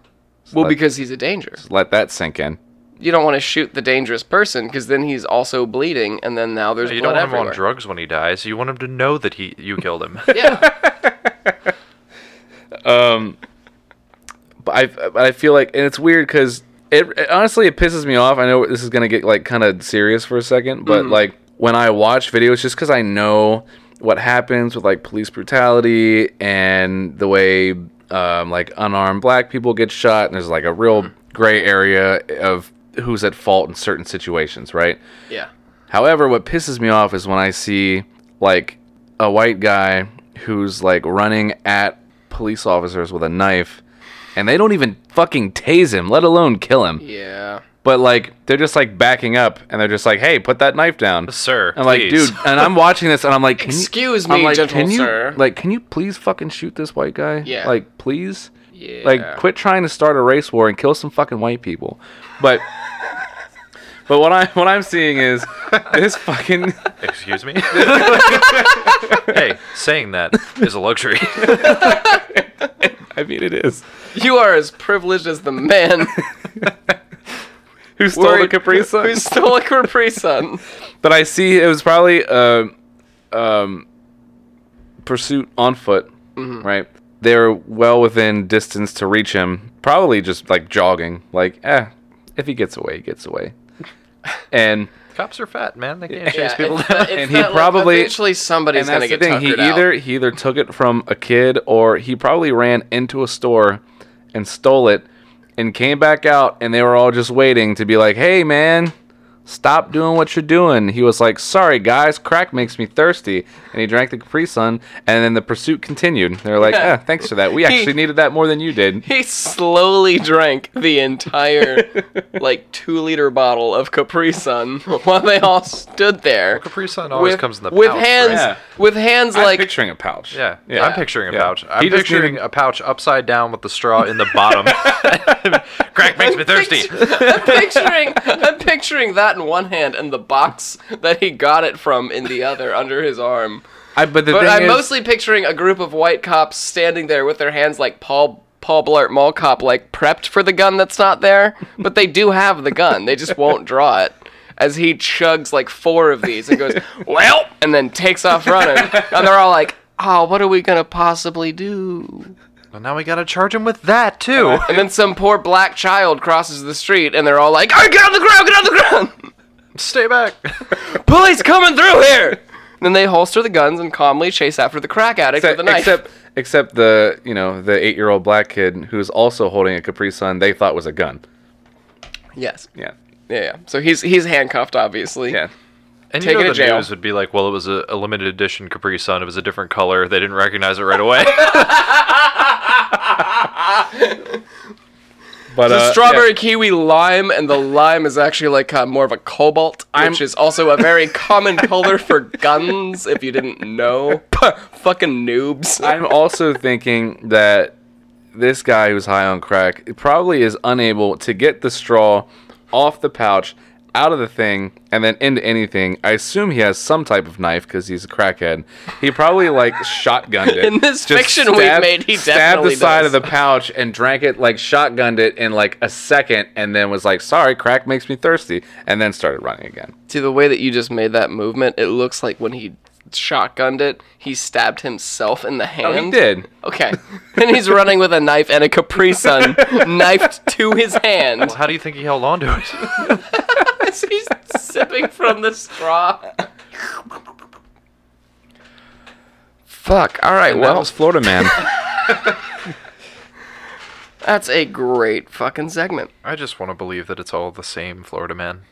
because he's a danger.
Let that sink in.
You don't want to shoot the dangerous person because then he's also bleeding and then now there's
You
blood
don't want him
everywhere.
on drugs when he dies. You want him to know that he you killed him.
Yeah.
But I, but I feel like, and it's weird because it, it- honestly it pisses me off. I know this is gonna get like kind of serious for a second, but like when I watch videos, just because I know what happens with like police brutality and the way um, like unarmed black people get shot, and there's like a real gray area of who's at fault in certain situations, right?
yeah.
However, what pisses me off is when I see like a white guy who's like running at police officers with a knife and they don't even fucking tase him, let alone kill him.
Yeah.
But like they're just like backing up and they're just like, "Hey, put that knife down."
Sir,
I'm like,
please.
dude, and I'm watching this and I'm like, can you-
Excuse
I'm
me,
like,
gentle
can you,
sir.
Like, can you please fucking shoot this white guy?
Yeah.
Like, please?
Yeah.
Like, quit trying to start a race war and kill some fucking white people. But but what I what I'm seeing is this fucking
Excuse me. hey, saying that is a luxury.
I mean it is.
You are as privileged as the man
Who stole
Worried-
the Capri
who
Sun?
stole a Capri Sun.
but I see it was probably uh, um pursuit on foot, right? They're well within distance to reach him. Probably just like jogging, like eh, if he gets away, he gets away. And
Cops are fat, man. They can't chase
Yeah,
people.
it's the- it's
And
that,
he
like,
probably-
eventually somebody's
and that's
gonna
the
get
thing. He
tuckered out.
either he either took it from a kid or he probably ran into a store and stole it and came back out and they were all just waiting to be like, "Hey man, stop doing what you're doing." He was like, "Sorry guys, crack makes me thirsty." And he drank the Capri Sun and then the pursuit continued. They were like, ah, "Thanks for that. We actually needed that more than you did."
He slowly drank the entire, like, two liter bottle of Capri Sun while they all stood there.
Capri Sun always
with,
comes in the
with
pouch,
hands,
right?
Yeah.
with hands
I'm
like
picturing a pouch.
Yeah,
Yeah.
I'm picturing a
Yeah.
pouch. I'm
He just
picturing
needed-
a pouch upside down with the straw in the bottom. Crack makes me thirsty.
I'm picturing, I'm picturing that in one hand and the box that he got it from in the other under his arm.
I, but the
But
thing
I'm
is,
mostly picturing a group of white cops standing there with their hands like Paul Paul Blart Mall Cop, like prepped for the gun that's not there. But they do have the gun; they just won't draw it. As he chugs like four of these and goes, "Well," and then takes off running, and they're all like, "Oh, what are we gonna possibly do?"
Well, now we gotta charge him with that too.
Uh-huh.
And then some poor black child crosses the street, and they're all like, "Oh, get on the ground! Get on the ground!
Stay back.
Police coming through here!" And then they holster the guns and calmly chase after the crack addict
Except,
with a knife.
except except the you know the eight year old black kid who's also holding a Capri Sun they thought was a gun.
yes.
Yeah.
Yeah, yeah. So he's he's handcuffed, obviously.
Yeah.
And
Take
you
it
know
to
the
jail.
news would be like, well, it was a, a limited edition Capri Sun. It was a different color. They didn't recognize it right away.
But
the
uh,
strawberry
yeah.
kiwi lime, and the lime is actually like uh, more of a cobalt, which is also a very common color for guns. If you didn't know, fucking noobs.
I'm also thinking that this guy who's high on crack probably is unable to get the straw off the pouch, out of the thing, and then into anything. I assume he has some type of knife because he's a crackhead. He probably like shotgunned it.
In this fiction we've made, he
stabbed the
definitely
side
does.
of the pouch and drank it like shotgunned it in like a second, and then was like, "Sorry, crack makes me thirsty," and then started running again.
See the way that you just made that movement. It looks like when he shotgunned it, he stabbed himself in the hand.
Oh, He did.
Okay. and he's running with a knife and a Capri Sun knifed to his hand.
How do you think he held on to it?
As he's sipping from the straw. Fuck. All right.
Well, that
well,
was Florida man.
that's a great fucking segment.
I just want to believe that it's all the same Florida man.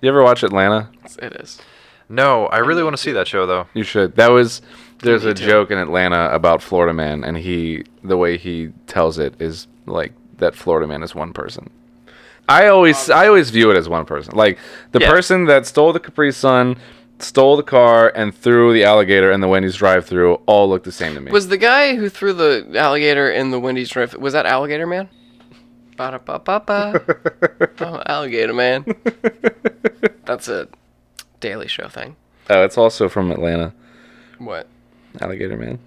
you ever watch Atlanta?
It is.
No, I really want to see that show though.
You should. That was there's a joke in Atlanta about Florida Man, and he the way he tells it is like that Florida Man is one person. I always I always view it as one person. Like the
Yeah.
person that stole the Capri Sun, stole the car, and threw the alligator in the Wendy's drive-through all look the same to me.
Was the guy who threw the alligator in the Wendy's drift? Was that Alligator Man? Ba-da-ba-ba-ba. oh, Alligator Man. That's a Daily Show thing.
oh, it's also from Atlanta.
What?
Alligator Man.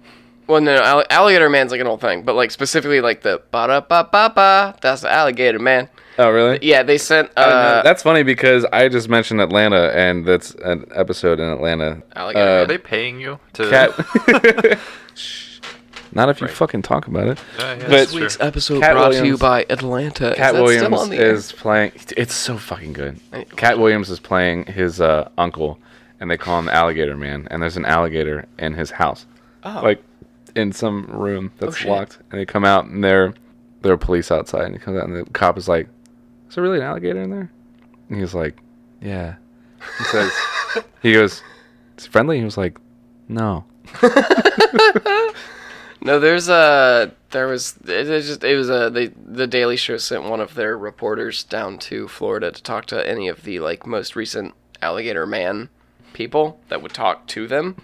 Well, no, all- Alligator Man's like an old thing, but like specifically like the ba-da-ba-ba-ba. That's the Alligator Man.
Oh, really?
Yeah, they sent
Uh,
uh,
that's funny because I just mentioned Atlanta, and that's an episode in Atlanta. Uh,
Alligator
Are
Man.
they paying you to?
Cat. Shh. Not if you fucking talk about it.
Oh, Yeah, yeah,
But-
that's
This week's
true.
episode
Cat
brought to you
Williams-
by
Cat
Atlanta. is that
Williams
still on the air?
is playing. It's so fucking good.
I-
Cat Williams is playing his uh, uncle, and they call him Alligator Man. And there's an alligator in his house, oh. like in some room that's
Oh, shit.
locked. And they come out, and there there are police outside. And he comes out, and the cop is like, "Is there really an alligator in there?" And he's like, "Yeah." He says, "He goes, it's friendly." He was like, "No."
No, there's a there was it was just it was a they the Daily Show sent one of their reporters down to Florida to talk to any of the like most recent alligator man people that would talk to them.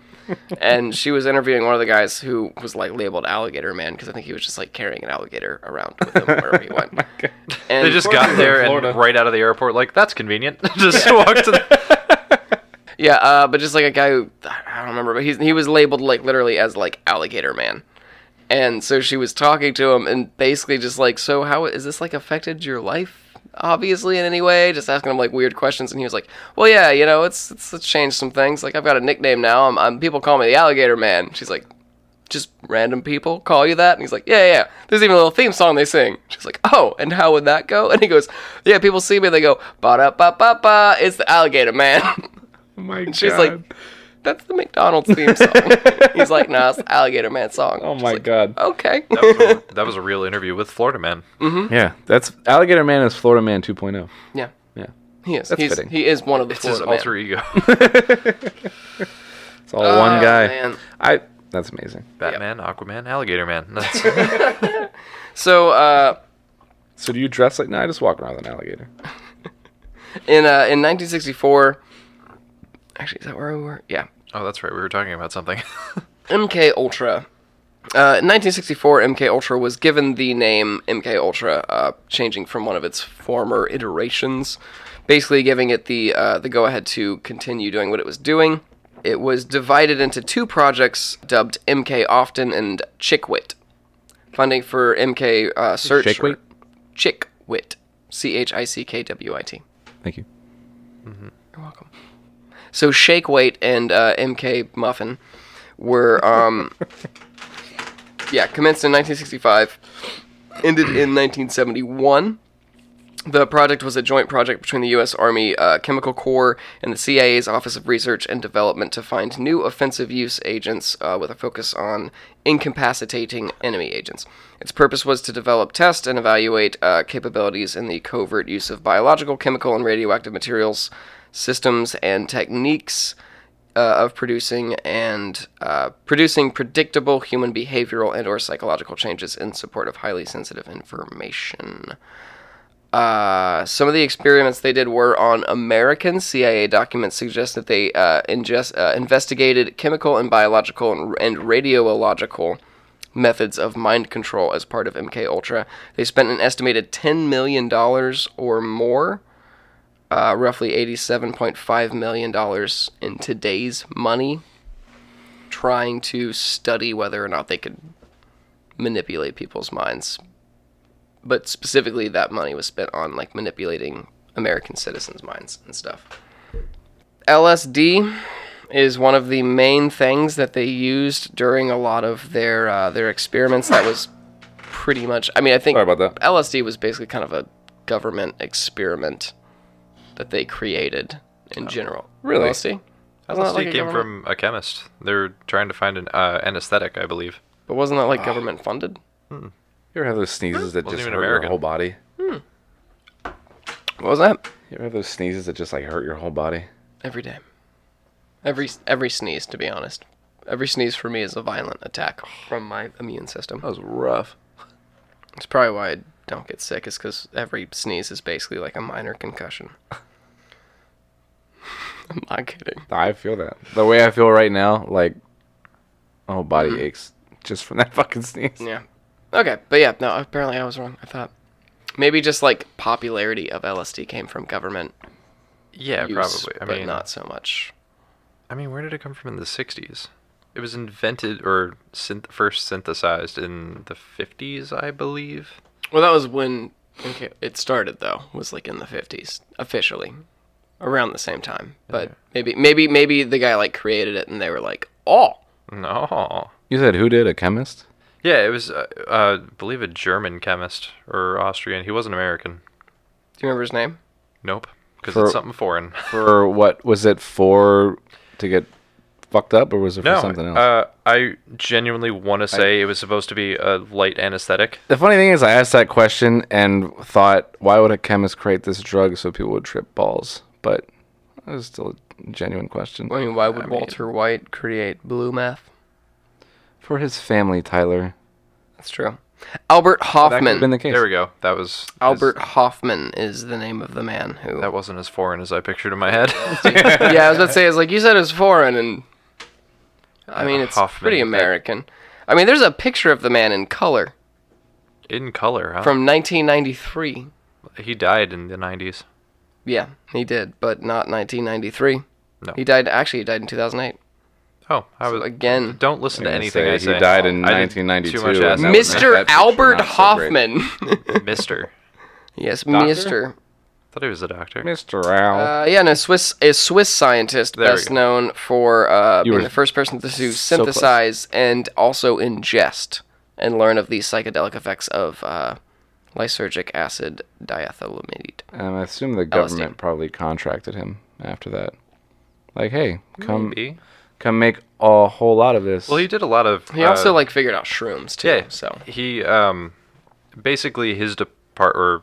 and she was interviewing one of the guys who was like labeled alligator man because I think he was just like carrying an alligator around with him wherever he went. And
Oh They just got there and
Florida.
right out of the airport, like that's convenient. just walk to the.
Yeah, uh, but just like a guy who I don't remember, but he's, he was labeled like literally as like alligator man, and so she was talking to him and basically just like, so how is this like affected your life? Obviously, in any way, just asking him like weird questions, and he was like, "Well, yeah, you know, it's it's, it's changed some things. Like I've got a nickname now. I'm, I'm people call me the Alligator Man." She's like, "Just random people call you that?" And he's like, "Yeah, yeah." There's even a little theme song they sing. She's like, "Oh, and how would that go?" And he goes, "Yeah, people see me, they go ba da ba ba ba. It's the Alligator Man."
Oh my
She's like, that's the McDonald's theme song. He's like, no, it's the Alligator Man song.
"Oh
She's
my
like,
god."
Okay.
that was a real interview with Florida man.
Yeah, that's Alligator Man is Florida Man 2.0.
yeah,
Yeah,
he is.
That's
He's,
fitting.
he is one of the
It's his
Florida
alter
man.
ego.
it's all one
Ah,
Oh,
guy.
man.
I. That's amazing.
Batman, Aquaman, Alligator Man. That's e-
So, uh,
So do you dress like? No, I just walk around with an alligator.
in uh, in 1964, actually, is that where we were? Yeah,
oh, that's right. We were talking about something.
MK Ultra. Uh, in 1964, MK Ultra was given the name MK Ultra, uh, changing from one of its former iterations, basically giving it the uh, the go ahead to continue doing what it was doing. It was divided into two projects dubbed MK Often and Chickwit. Funding for MK uh, Search.
Chickwit?
Chickwit. C H I C K W I T.
Thank you.
You're welcome. So Shake Weight and uh, MK Muffin were, um, yeah, commenced in 1965, ended in 1971. The project was a joint project between the U.S. Army uh, Chemical Corps and the CIA's Office of Research and Development to find new offensive use agents uh, with a focus on incapacitating enemy agents. Its purpose was to develop, test, and evaluate uh, capabilities in the covert use of biological, chemical, and radioactive materials, systems, and techniques uh, of producing and uh, producing predictable human behavioral and/or psychological changes in support of highly sensitive information. Uh, some of the experiments they did were on American CIA documents suggest that they uh, ingest, uh, investigated chemical and biological and, and radiological methods of mind control as part of MK Ultra. They spent an estimated ten million dollars or more, uh, roughly eighty-seven point five million dollars in today's money, trying to study whether or not they could manipulate people's minds. But specifically, that money was spent on like manipulating American citizens' minds and stuff. LSD is one of the main things that they used during a lot of their uh, their experiments. That was pretty much. I mean, I think
Sorry about that.
LSD was basically kind of a government experiment that they created in general.
Oh. Really?
LSD? Wasn't
LSD
that like a
came
government-
from a chemist. They're trying to find an uh, anesthetic, I believe.
But wasn't that like
Ah.
government funded?
You ever have those sneezes that
Wasn't
just
even
hurt
American.
your whole body?
What was that?
You ever have those sneezes that just like hurt your whole body?
Every day. Every every sneeze, to be honest. Every sneeze for me is a violent attack from my immune system.
was rough.
It's probably why I don't get sick, is because every sneeze is basically like a minor concussion. I'm not kidding.
I feel that. The way I feel right now, like my whole
Mm.
body aches just from that fucking sneeze.
Yeah. Okay, but yeah, no, apparently I was wrong. I thought maybe just like popularity of LSD came from government
Yeah,
use,
probably. I
but
mean,
not so much.
I mean, where did it come from in the '60s? It was invented or synth- first synthesized in the '50s, I believe.
Well, that was when okay, it started though. Was like in the 50s officially, around the same time. But maybe maybe maybe the guy like created it and they were like, "Oh,
No.
You said who did? A chemist?
Yeah, it was, uh, uh, I believe, a German chemist or Austrian. He wasn't American.
do you remember his name?"
Nope, because
For-
it's something foreign.
For what was it for to get fucked up or was it for
no,
something else?
Uh, I genuinely want to say it was supposed to be a light anesthetic.
the funny thing is I asked that question and thought, why would a chemist create this drug so people would trip balls? But it was still a genuine question.
I mean, why would Walter White create blue meth?
For his family, Tyler.
That's true.
That
Albert
could
Hoffman.
have been the case.
There we go. That was his-
Albert Hoffman is the name of the man who.
that wasn't as foreign as I pictured in my head.
yeah, I was about to say, it's like you said, it's foreign, and I mean, it's
Hoffman,
pretty
that-
American. I mean, there's a picture of the man in color
in color, huh?
from 1993.
he died in the '90s.
Yeah, he did, but not 1993.
No.
He died. Actually, he died in 2008.
Oh, I was.
Again,
don't listen to
gonna
anything
say
I
he
say.
died in
I did too
1992
much
and
acid.
that was-
Mr.
that picture
Albert
not so great.
Hoffman.
Mister.
yes,
Doctor?
Mr.
Thought he was a doctor.
Mr. Al.
Uh, yeah, no, Swiss a Swiss scientist
There we
best
go.
known for uh, being
were
the first person to
so
synthesize and also ingest and learn of the psychedelic effects of uh, lysergic acid diethylamide.
Um, I assume the government probably contracted him after that. Like, hey, come
Maybe.
come make a whole lot of this.
Well, he did a lot of.
He
uh,
also like figured out shrooms too.
Yeah.
So
he um, basically his depart or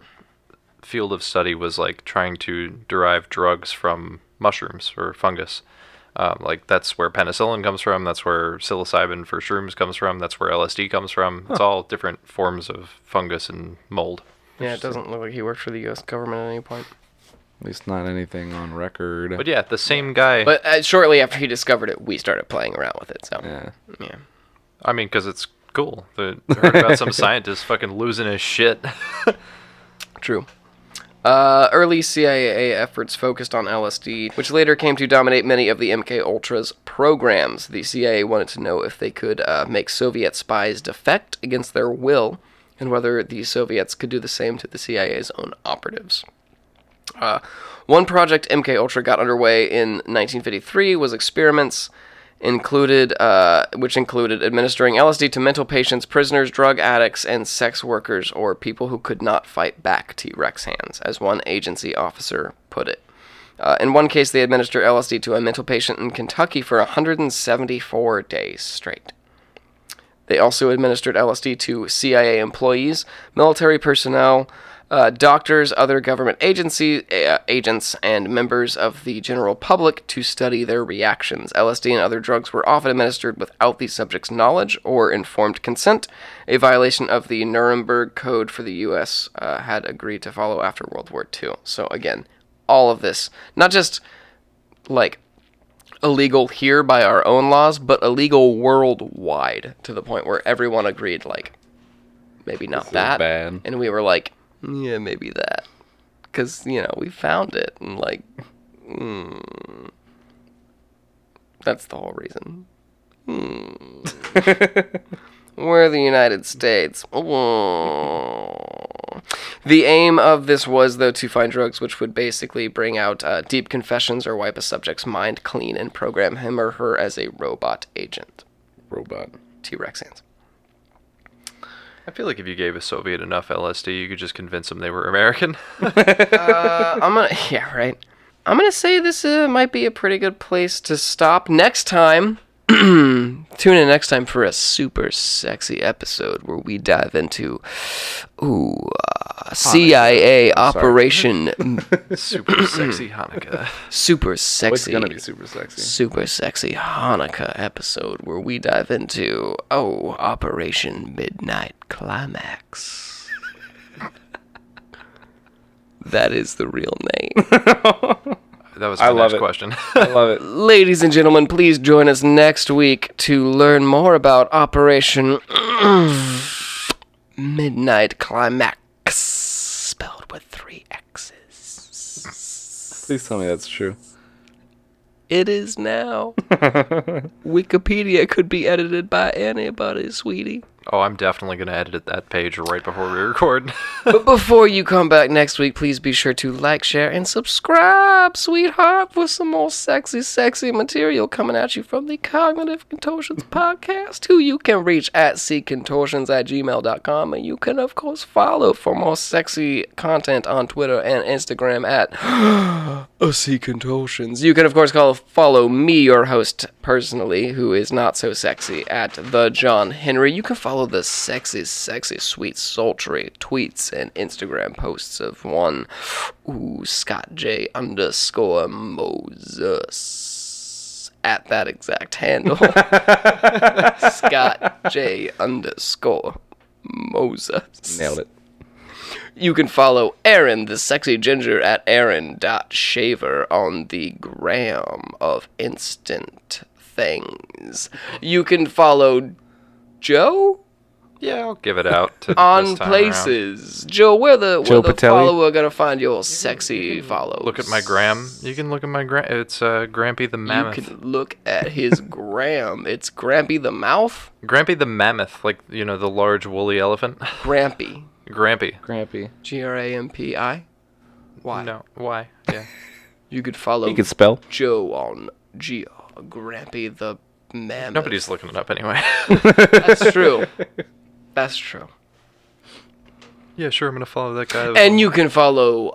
field of study was like trying to derive drugs from mushrooms or fungus. Um, like that's where penicillin comes from. That's where psilocybin for shrooms comes from. That's where LSD comes from. It's all different forms of fungus and mold.
yeah, it doesn't look like he worked for the U.S. government at any point.
At least not anything on record.
But yeah, the same guy.
But uh, shortly after he discovered it, we started playing around with it. So
yeah.
yeah.
I mean, because it's cool. The, I heard about some scientist fucking losing his shit.
True. Uh, early CIA efforts focused on LSD, which later came to dominate many of the MK Ultra's programs. The CIA wanted to know if they could uh, make Soviet spies defect against their will, and whether the Soviets could do the same to the CIA's own operatives. One project MK Ultra got underway in 1953 was experiments included uh, which included administering LSD to mental patients, prisoners, drug addicts, and sex workers or people who could not fight back T-Rex hands, as one agency officer put it. Uh, in one case, they administered LSD to a mental patient in Kentucky for 174 days straight. They also administered LSD to CIA employees, military personnel, uh, doctors, other government agency uh, agents, and members of the general public to study their reactions. LSD and other drugs were often administered without the subject's knowledge or informed consent, a violation of the Nuremberg Code for the U.S. Uh, had agreed to follow after World War II. So again, all of this, not just like illegal here by our own laws, but illegal worldwide to the point where everyone agreed, like, maybe not that.
bad.
And we were like, yeah, maybe that. Because, you know, we found it. And, like, mm, that's the whole reason. Hmm. We're the United States. Oh. The aim of this was, though, to find drugs which would basically bring out uh, deep confessions or wipe a subject's mind clean and program him or her as a robot agent.
Robot.
T Rex hands.
I feel like if you gave a Soviet enough LSD, you could just convince them they were American.
Uh, I'm gonna, yeah, right. I'm gonna say this uh, might be a pretty good place to stop. Next time, tune in next time for a super sexy episode where we dive into, ooh, uh, CIA Operation
Super sexy Hanukkah.
Super
It's
Sexy.
gonna be super sexy.
Super sexy Hanukkah episode where we dive into oh Operation Midnight Climax. that is the real name.
That was
I
my
love
next
it.
question.
I love it.
Ladies and gentlemen, please join us next week to learn more about Operation Midnight Climax, spelled with three X's.
Please tell me that's true.
It is now. Wikipedia could be edited by anybody, sweetie.
oh, I'm definitely gonna edit that page right before we record.
But before you come back next week, please be sure to like, share, and subscribe, sweetheart, for some more sexy, sexy material coming at you from the Cognitive Contortions podcast, who you can reach at ccontortions at gmail.com. And you can, of course, follow for more sexy content on Twitter and Instagram at contortions. You can, of course, call follow me, your host personally, who is not so sexy, at the John Henry. You can follow the sexy, sexy, sweet, sultry tweets and Instagram posts of one, ooh, Scott J underscore Moses at that exact handle, Scott J underscore Moses.
Nailed it.
You can follow Aaron the Sexy Ginger at Aaron.shaver on the gram of instant things. You can follow Joe
yeah, I'll give it out to
on
this time around.
places. Joe, where the, where
Joe
the
Patelli?
follower gonna find your sexy follows?
Look at my gram. You can look at my gram. It's uh, Grampy the
You
Mammoth.
can look at his gram. It's Grampy the Mouth.
Grampy the Mammoth, like you know the large woolly elephant.
Grampy.
Grampy.
Grampy.
G R A M P I. Why?
No, why? Yeah.
You could follow
You could spell.
Joe on G Grampy the Mammoth.
Nobody's looking it up anyway.
That's true. That's true.
yeah, sure. I'm gonna follow that guy.
And you can follow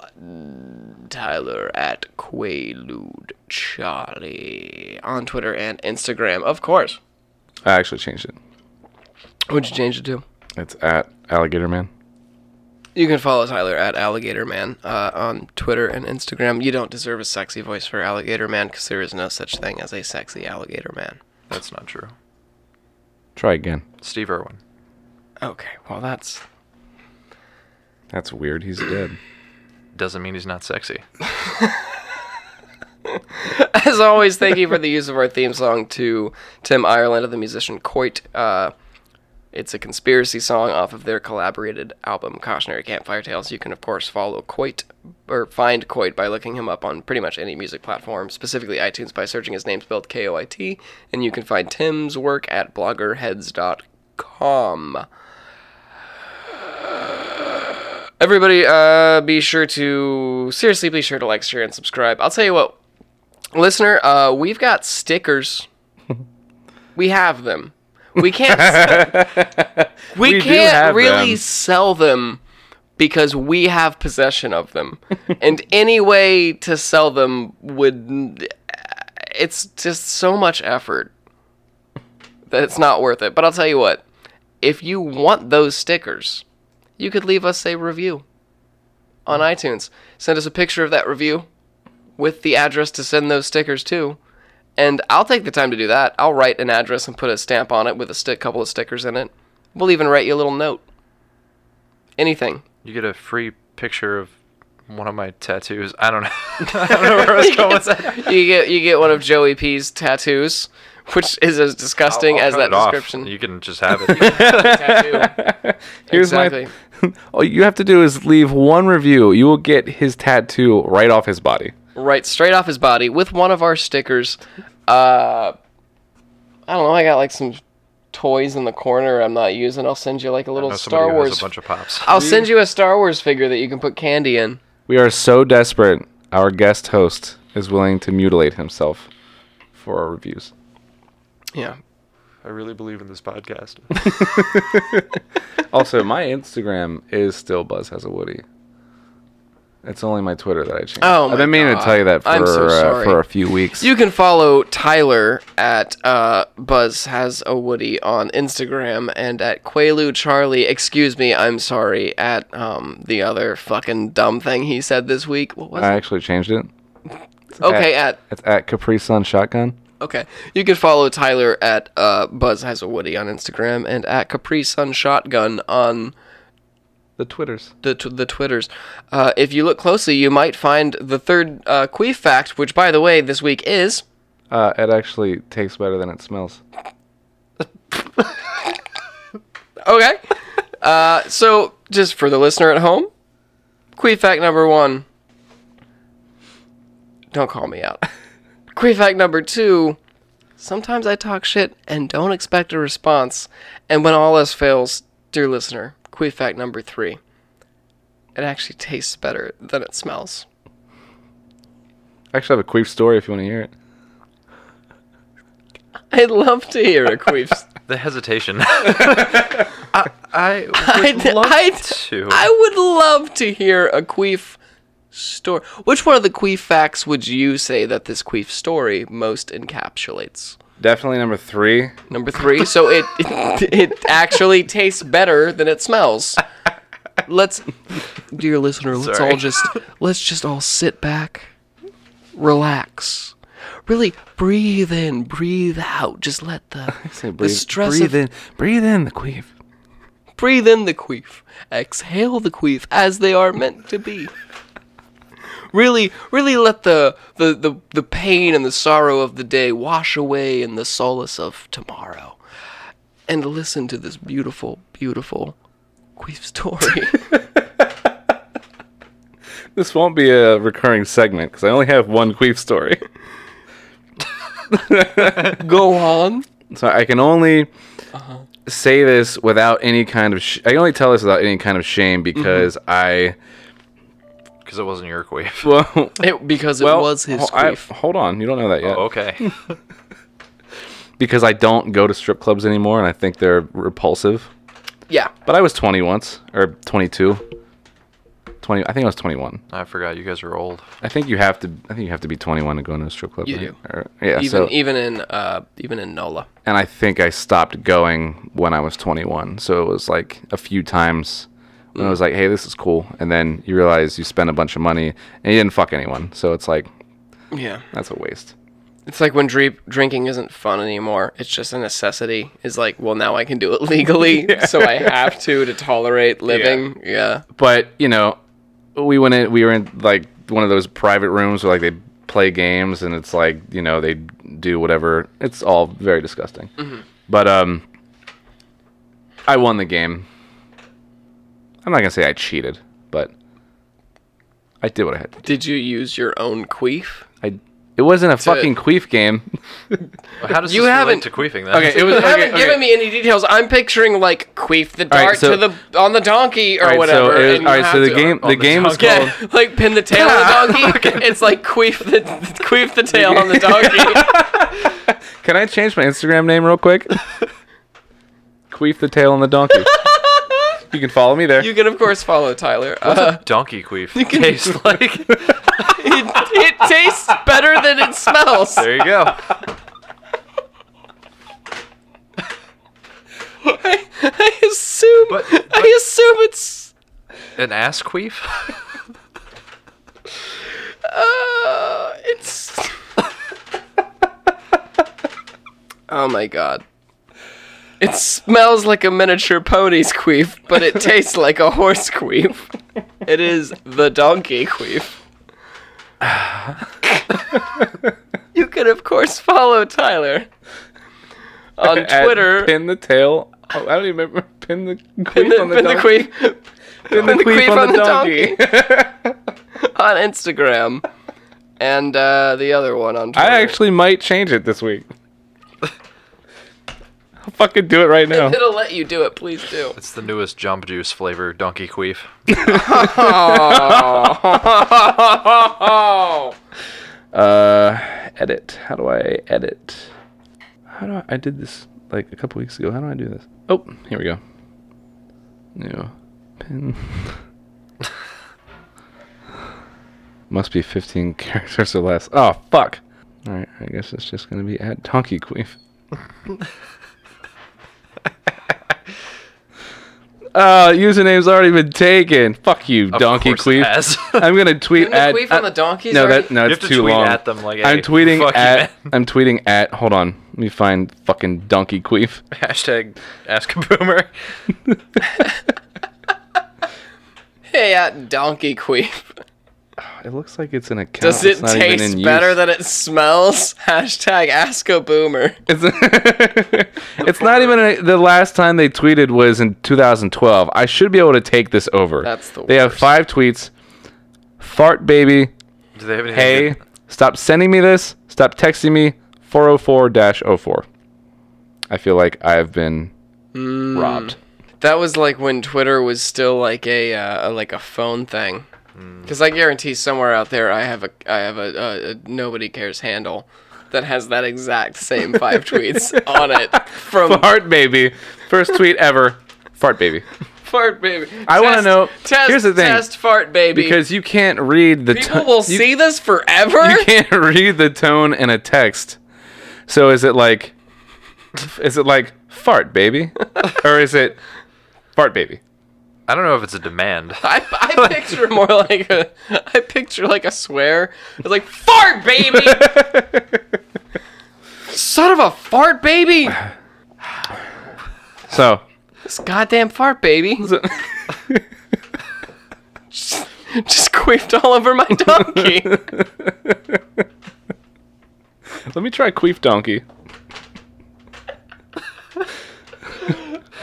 Tyler at Quaalude Charlie on Twitter and Instagram, of course.
I actually changed it.
What'd you change it to?
It's at Alligator Man.
You can follow Tyler at Alligator Man uh, on Twitter and Instagram. You don't deserve a sexy voice for Alligator Man because there is no such thing as a sexy Alligator Man.
That's not true.
Try again.
Steve Irwin.
Okay, well that's
That's weird. He's dead.
Doesn't mean he's not sexy.
As always, thank you for the use of our theme song to Tim Ireland of the musician Coit. Uh, it's a conspiracy song off of their collaborated album Cautionary Campfire Tales. You can, of course, follow Coit or find Coit by looking him up on pretty much any music platform, specifically iTunes by searching his name spelled K O I T. And you can find Tim's work at bloggerheads.com. Everybody, uh, be sure to seriously be sure to like, share, and subscribe. I'll tell you what, listener uh we've got stickers we have them we can't we,
do
can't
have
really
them.
sell them because we have possession of them and any way to sell them would it's just so much effort that it's not worth it but i'll tell you what if you want those stickers you could leave us a review on iTunes. Send us a picture of that review with the address to send those stickers to. And I'll take the time to do that. I'll write an address and put a stamp on it with a stick, couple of stickers in it. We'll even write you a little note. Anything.
You get a free picture of one of my tattoos. I don't know. I don't know where I was going with that.
You get you get one of Joey P's tattoos, which is as disgusting
I'll
as
cut
that
it off.
description.
You can just have it.
Tattoo.
Here's
exactly.
my. All you have to do is leave one review. You will get his tattoo right off his body.
right straight off his body with one of our stickers. Uh, I don't know. I got like some toys in the corner I'm not using. I'll send you like a
I
little
know
Star
somebody who
Wars.
has a bunch of pops.
I'll send you a Star Wars figure that you can put candy in.
We are so desperate. Our guest host is willing to mutilate himself for our reviews.
Yeah.
I really believe in this podcast.
Also, my Instagram is still Buzz has a Woody. It's only my Twitter that I changed.
Oh
I've been
my
meaning
God.
to tell you that for
I'm so
uh,
sorry.
for a few weeks.
You can follow Tyler at uh, Buzz has a Woody on Instagram and at Quaalu Charlie. Excuse me, I'm sorry. At um, the other fucking dumb thing he said this week. What was
I
it?
actually changed it.
Okay, at
It's at Capri Sun Shotgun.
Okay. You can follow Tyler at uh, Buzz Has a Woody on Instagram and at Capri Sun Shotgun on
The Twitters.
the, tw- the Twitters. Uh, if you look closely, you might find the third uh, queef fact, which, by the way, this week is.
Uh, it actually tastes better than it smells.
Okay. uh, so, just for the listener at home, queef fact number one. Don't call me out. queef fact number two. Sometimes I talk shit and don't expect a response. And when all else fails, dear listener, queef fact number three. It actually tastes better than it smells.
I actually have a queef story if you want to hear it.
I'd love to hear a queef.
the hesitation. I, I
I'd, I'd,
to.
I would love to hear a queef story. Which one of the queef facts would you say that this queef story most encapsulates?
Definitely number three.
Number three. So it it, it actually tastes better than it smells. Let's, dear listener, let's
Sorry.
all just let's just all sit back, relax, really breathe in, breathe out. Just let the the stress of-
in. Breathe in the queef.
breathe in the queef, exhale the queef as they are meant to be. Really, really let the, the, the, the pain and the sorrow of the day wash away in the solace of tomorrow. And listen to this beautiful, beautiful queef story.
This won't be a recurring segment because I only have one queef story.
Go on.
So I can only Uh-huh. say this without any kind of. Sh- I can only tell this without any kind of shame because
Because it wasn't your queef.
I. Well,
It, because it
well,
was his
ho- I-
queef.
hold on, you don't know that yet.
Oh, okay.
Because I don't go to strip clubs anymore, and I think they're repulsive.
Yeah.
But I was 20 once, or 22. 20. I think I was 21.
I forgot you guys are old.
I think you have to. I think you have to be 21 to go into a strip club.
You
right?
do.
Or- yeah.
Even
so,
even in uh even in Nola.
and I think I stopped going when I was 21. So it was like a few times when I was like, "Hey, this is cool," and then you realize you spent a bunch of money and you didn't fuck anyone. So it's like
Yeah.
that's a waste.
It's like when dre- drinking isn't fun anymore. It's just a necessity. It's like, well, now I can do it legally, so I have to to tolerate living. Yeah.
But you know, we went in. We were in like one of those private rooms where like they play games and it's like you know they do whatever. It's all very disgusting. But um, I won the game. I'm not gonna say I cheated, but I did what I had. to do.
Did you use your own queef?
I it wasn't a fucking queef game.
How does
You
this
haven't-
relate to queefing then?
Okay, it was
You
okay,
haven't
okay.
given me any details. I'm picturing like queef the
right,
dart
so-
to the on the donkey or
All right, so, it
whatever.
was-
and you
all right, so
have
the
to-
game the,
the
game was
donkey.
called
Yeah, like pin the tail on the donkey. It's like queef the queef the tail on the donkey.
Can I change my Instagram name real quick? queef the tail on the donkey. you can follow me there.
You can of course follow Tyler. Uh,
Donkey queef. Taste like.
it, it tastes better than it smells.
There you go.
I, I assume.
But-
I assume it's.
An ass queef?
Oh my god. It smells like a miniature pony's queef, but it tastes like a horse queef. It is the donkey queef. you can, of course, follow Tyler on
At
Twitter. Pin,
Pin the tail. Oh, I don't even remember. Pin the queef
the,
on the
pin the
donkey.
queef.
Pin
pin the queef on the on Instagram. And uh, the other one on Twitter.
I actually might change it this week. I'll fucking do it right now.
It'll let you do it, please do.
It's the newest Jamba Juice flavor, Donkey Queef.
Uh, edit. How do I edit? How do I, I did this like a couple weeks ago? How do I do this? Oh, here we go. New pin. Must be 15 characters or less. Oh fuck! All right, I guess it's just gonna be at Donkey Queef. Uh, username's already been taken. Fuck you,
Of
Donkey
course it
Queef.
has.
I'm gonna tweet
Didn't the
at
queef on
at-
the donkeys
uh, no,
already-
that no,
You
it's
have to
too
tweet
long.
at them, like,
I'm
"Hey,
tweeting
fuck you,
at.
man."
I'm tweeting at. Hold on, let me find fucking donkey queef.
Hashtag ask a boomer.
Hey, at donkey queef.
It looks like it's an account.
Does
Oh, it's
it
not even
taste
in
better
use.
than it smells? Hashtag ask a boomer.
It's, it's not even a, the last time they tweeted was in 2012. I should be able to take this over.
That's the
They have
worst.
five tweets. Fart baby.
Do they have anything?
Hey,
good?
stop sending me this. Stop texting me. 404-04. I feel like I've been robbed.
That was like when Twitter was still like a uh, like a phone thing. Because I guarantee somewhere out there I have a I have a, a, a nobody cares handle that has that exact same five tweets on it from
Fart baby. First tweet ever. Fart baby.
fart baby.
I wanna
Test-
know-
Test,
here's the thing.
Test fart baby.
Because you can't read the
people
tone.
will
you,
see this forever.
you can't read the tone in a text. So is it like is it like fart baby? or is it fart baby?
I don't know if it's a demand.
I, I picture more like a I picture like a swear. It's like fart baby. Son of a fart baby.
So
This goddamn fart baby. just, just queefed all over my donkey.
let me try queef donkey.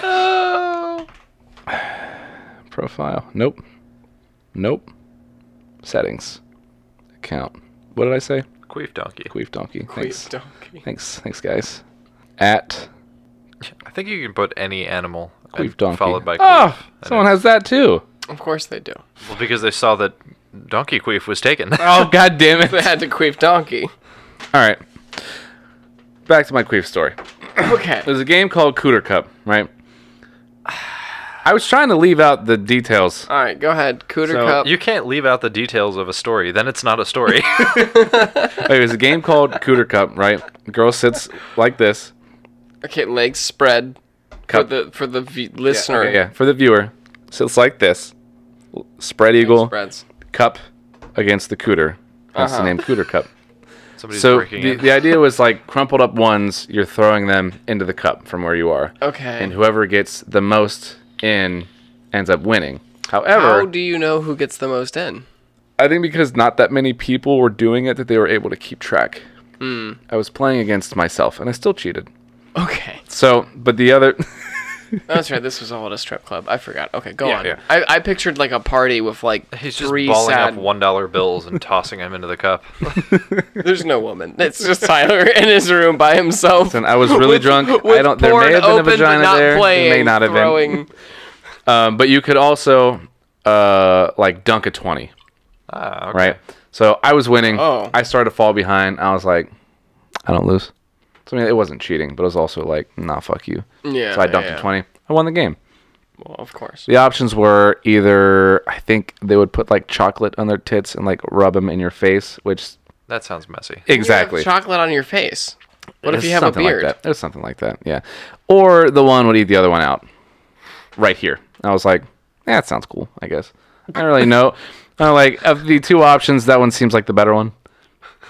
Profile. Nope. Nope. Settings. Account. What did I say?
Queef Donkey.
Queef donkey. Thanks.
Queefed donkey.
Thanks. Thanks guys. At
I think you can put any animal and
Queef donkey.
followed by queef.
Oh, someone has that too.
Of course they do.
Well, because they saw that Donkey Queef was taken.
Oh god damn it.
They had to queef donkey.
All right. Back to my queef story.
Okay.
There's a game called Cooter Cup, right? I was trying to leave out the details.
All right, go ahead. Cooter
So,
cup.
you can't leave out the details of a story. Then it's not a story.
It was a game called Cooter Cup, right? Girl sits like this.
okay, legs spread.
Cup.
For the for the v- listener.
Okay, yeah, for the viewer. Sits like this. Spread eagle
Spreads.
cup against the cooter. That's the name Cooter Cup.
Somebody's
so
breaking
the,
in.
the idea was like crumpled up ones, you're throwing them into the cup from where you are.
Okay.
And whoever gets the most in ends up winning.
How
However,
do you know who gets the most in?
I think because not that many people were doing it that they were able to keep track. I was playing against myself and I still cheated.
Okay.
So, but the other
Oh, That's right. This was all at a strip club. I forgot. Okay, go
Yeah,
on.
yeah.
I, I pictured like a party with like
He's just
three
balling
sad.
up one dollar bills and tossing them into the cup.
There's no woman. It's just Tyler in his room by himself.
and I was really drunk. I don't there may have been a vagina there. it may not have been.
throwing,
Um, but you could also uh like dunk a 20,
Ah, okay.
right? So, I was winning.
Oh.
I started to fall behind. I was like I don't lose. So, I mean, it wasn't cheating, but it was also like, nah, fuck you.
Yeah,
So I dunked
yeah.
a 20. I won the game.
Well, of course.
The options were either I think they would put like chocolate on their tits and like rub them in your face, which
That sounds messy.
exactly.
You have chocolate on your face. What if
It's
you have a
something
beard?
Like that. There's something like that, yeah. Or the one would eat the other one out, right here. And I was like, yeah, that sounds cool. I guess I don't really know. I'm like of the two options, that one seems like the better one.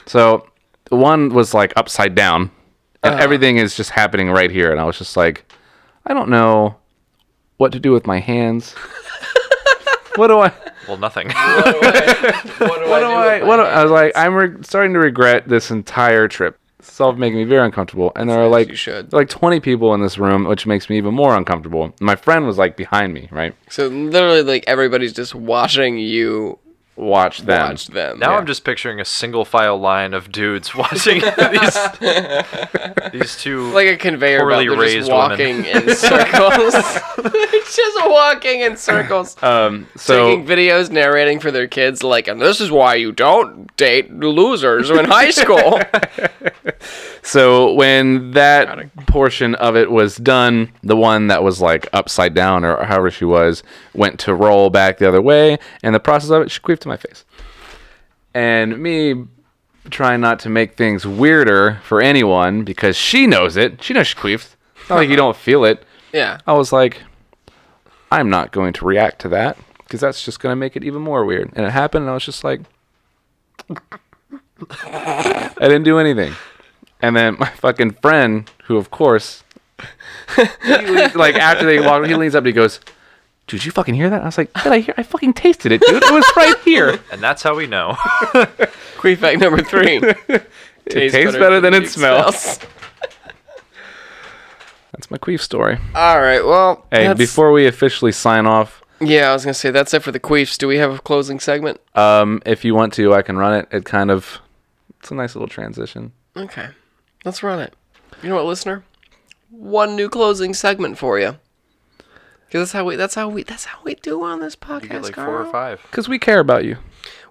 So one was like upside down,
Uh.
and everything is just happening right here. And I was just like, I don't know what to do with my hands. what do I?
Well, nothing.
What do I? What do, I was like, I'm re- starting to regret this entire trip. It's all making me very uncomfortable. And there are like,
you should.
there are, like 20 people in this room, which makes me even more uncomfortable. My friend was like behind me, right?
So literally, like everybody's just watching you
Watch them.
watch them.
now I'm just picturing a single file line of dudes watching these these two.
like a conveyor belt.
poorly
They're
raised
just
women.
walking in circles. It's just walking in circles,
Um, so
taking videos, narrating for their kids. Like, and this is why you don't date losers in high school.
So when that portion of it was done, the one that was like upside down or however she was went to roll back the other way, and the process of it, she queefed to my face. And me trying not to make things weirder for anyone because she knows it. She knows she queefed. It's not like you don't feel it.
yeah. Oh,
I was like, I'm not going to react to that because that's just going to make it even more weird. And it happened, and I was just like, I didn't do anything. And then my fucking friend, who of course, he leans- like after they walked, he leans up and he goes, "Dude, you fucking hear that?" I was like, "Did I hear? I fucking tasted it, dude. It was right here.
and that's how we know.
Queef fact number three.
it tastes better than it smells."
smells.
That's my queef story.
All right. Well,
Hey,
that's-
before we officially sign off,
Yeah, I was gonna say that's it for the queefs. Do we have a closing segment?
um, if you want to, I can run it. It kind of, it's a nice little transition.
Okay, let's run it. You know what, listener? One new closing segment for you. Cause that's how we. That's how we. That's how we do on this podcast.
You get like
Carl.
four or five.
Because we care about you.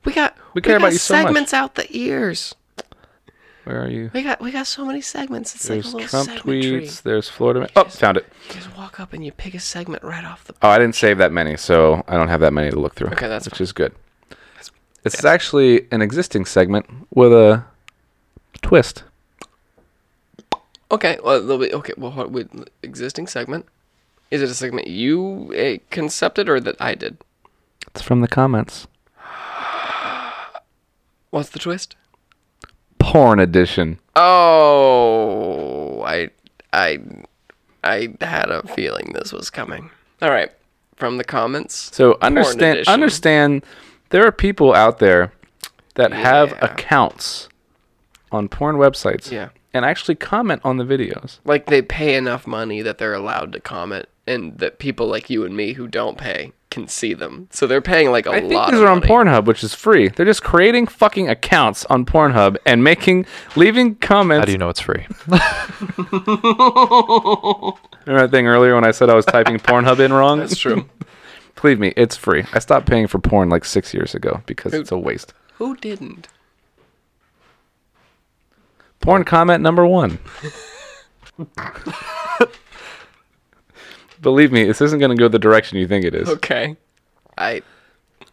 We got. We,
care
got
about you so much.
Segments out the ears.
Where are you?
We got. We got so many segments. It's
There's
like a little
Trump
segment tree.
tweets. There's Florida. Ma- oh, found it.
You just walk up and you pick a segment right off the.
Oh, I didn't save that many, so I don't have that many to look through.
Okay, that's
which is good. It's actually an existing segment with a twist.
Okay. Well, there'll be. Okay. Well, what we, existing segment? Is it a segment you uh, concepted or that I did?
It's from the comments.
What's the twist?
Porn edition.
Oh, I, I, I had a feeling this was coming. All right, from the comments.
So
Porn
understand,
edition.
understand, there are people out there that have
Yeah.
accounts on porn websites.
Yeah.
And actually comment on the videos.
Like they pay enough money that they're allowed to comment, and that people like you and me who don't pay can see them. So they're paying like a
I
lot.
think these
of
are on
money.
Pornhub, which is free. They're just creating fucking accounts on Pornhub and making, leaving
How
comments.
do you know it's free?
Remember that thing earlier when I said I was typing Pornhub in wrong? That's
true.
Believe me, it's free. I stopped paying for porn like six years ago because it's a waste.
Who didn't?
Porn comment number one. Believe me, this isn't going to go the direction you think it is.
Okay, I.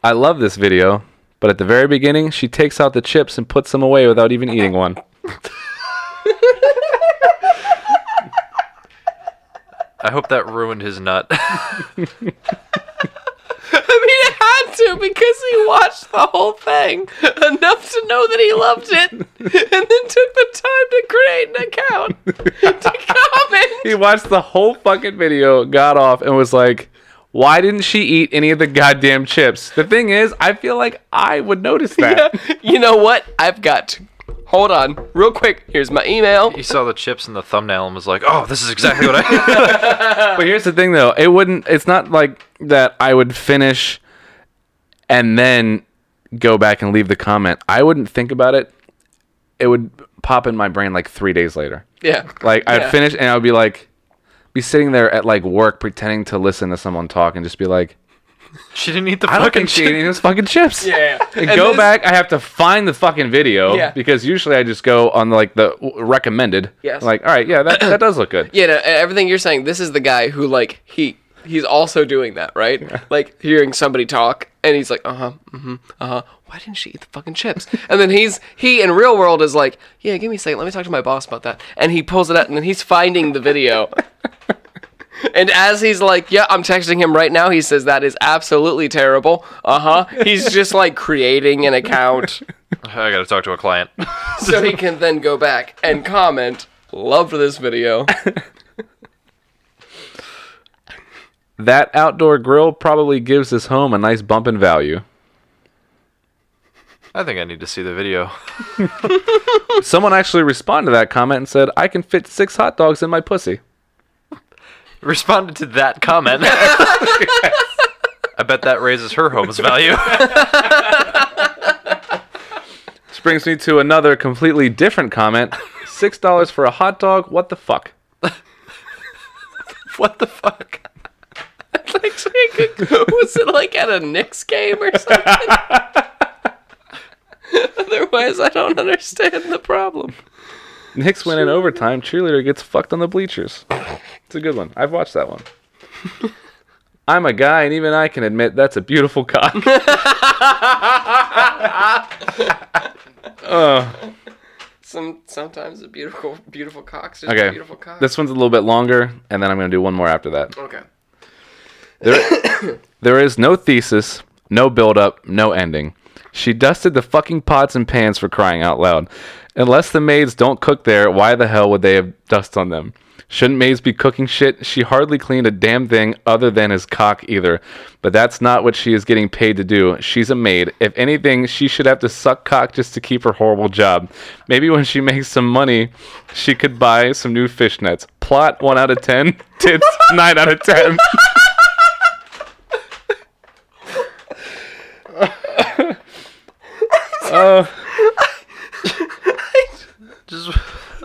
I love this video, but at the very beginning, she takes out the chips and puts them away without even eating one.
I hope that ruined his nut.
I mean, it had to because he watched the whole thing enough to know that he loved it, and then took the time to create an account to comment.
He watched the whole fucking video, got off, and was like, why didn't she eat any of the goddamn chips? The thing is, I feel like I would notice that.
you know what? I've got. to- Hold on, real quick. Here's my email.
he saw the chips in the thumbnail and was like, "Oh, this is exactly what I."
But here's the thing, though. It wouldn't. It's not like that. I would finish, and then go back and leave the comment. I wouldn't think about it. It would pop in my brain like three days later.
Yeah.
Like I'd
Yeah.
finish, and I would be like, be sitting there at like work, pretending to listen to someone talk, and just be like,
she didn't eat the
I don't
fucking
think she ate any
chips.
of those fucking chips.
Yeah.
And, go back. I have to find the fucking video
Yeah.
because usually I just go on like the w- recommended.
Yes.
Like, all right, yeah, that, that does look good.
Yeah, no, e, everything you're saying. This is the guy who like he he's also doing that, right? Like hearing somebody talk, and he's like, uh huh, mm-hmm, uh huh. Why didn't she eat the fucking chips? and then he's he in real world is like, yeah, give me a second. Let me talk to my boss about that. And he pulls it out, and then he's finding the video. And as he's like, yeah, I'm texting him right now, he says, that is absolutely terrible. Uh huh. He's just like creating an account
I gotta talk to a client.
so he can then go back and comment Loved this video.
That outdoor grill probably gives this home a nice bump in value.
I think I need to see the video.
Someone actually responded to that comment and said, I can fit six hot dogs in my pussy.
Responded to that comment. I bet that raises her home's value.
This brings me to another completely different comment. Six dollars for a hot dog? What the fuck?
what the fuck?
was it like at a Knicks game or something? Otherwise, I don't understand the problem.
Knicks win in overtime. Cheerleader gets fucked on the bleachers. It's a good one. I've watched that one. I'm a guy, and even I can admit that's a beautiful cock.
Some sometimes a beautiful beautiful cock's just a
Okay,
beautiful cock.
this one's a little bit longer, and then I'm gonna do one more after that.
okay.
There is no thesis, no build-up, no ending. She dusted the fucking pots and pans for crying out loud. Unless the maids don't cook there, why the hell would they have dust on them? Shouldn't maids be cooking shit? She hardly cleaned a damn thing other than his cock either. But that's not what she is getting paid to do. She's a maid. If anything, she should have to suck cock just to keep her horrible job. Maybe when she makes some money, she could buy some new fishnets. Plot 1 out of 10, tits 9 out of 10.
Just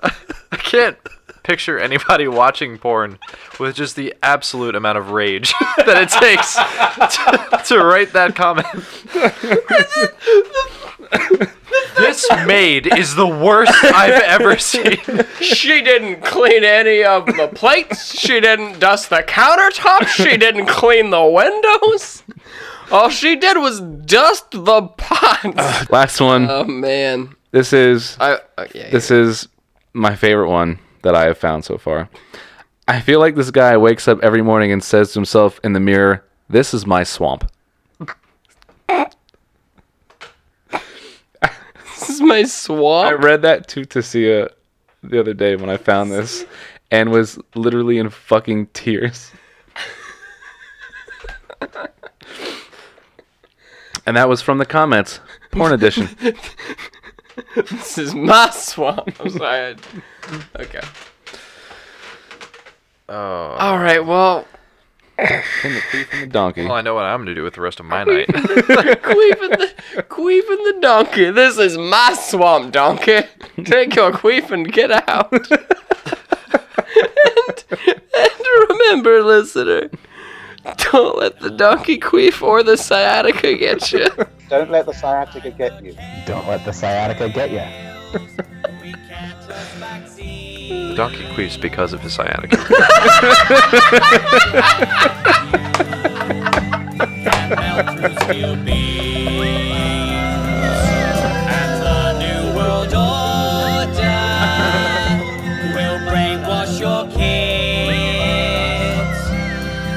I can't picture anybody watching porn with just the absolute amount of rage that it takes to, to write that comment. this maid is the worst I've ever seen.
She didn't clean any of the plates. She didn't dust the countertop. She didn't clean the windows. All she did was dust the pots.
Last one.
Oh man.
This is
I uh, yeah.
This is my favorite one that I have found so far. I feel like this guy wakes up every morning and says to himself in the mirror, "This is my swamp."
this is my
I
swamp.
read that to Tasia the other day when I found this and was literally in fucking tears. and that was from the comments, porn edition.
This is my swamp. I'm sorry. I- Okay.
Oh,
All right. Well,
From the thief and the donkey.
well, I know what I'm gonna do with the rest of my night.
queefing the queefing the donkey. This is my swamp, donkey. Take your queef and get out. and, and remember, listener, don't let the donkey queef or the sciatica get you.
Don't let the sciatica get you.
Don't let the sciatica get you.
We can't trust vaccines.
The donkey queefs because of his sciatica.
melt through steel beams. And the New World Order will brainwash your kids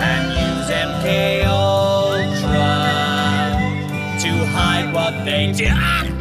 and use MK Ultra to hide what they Ah! did.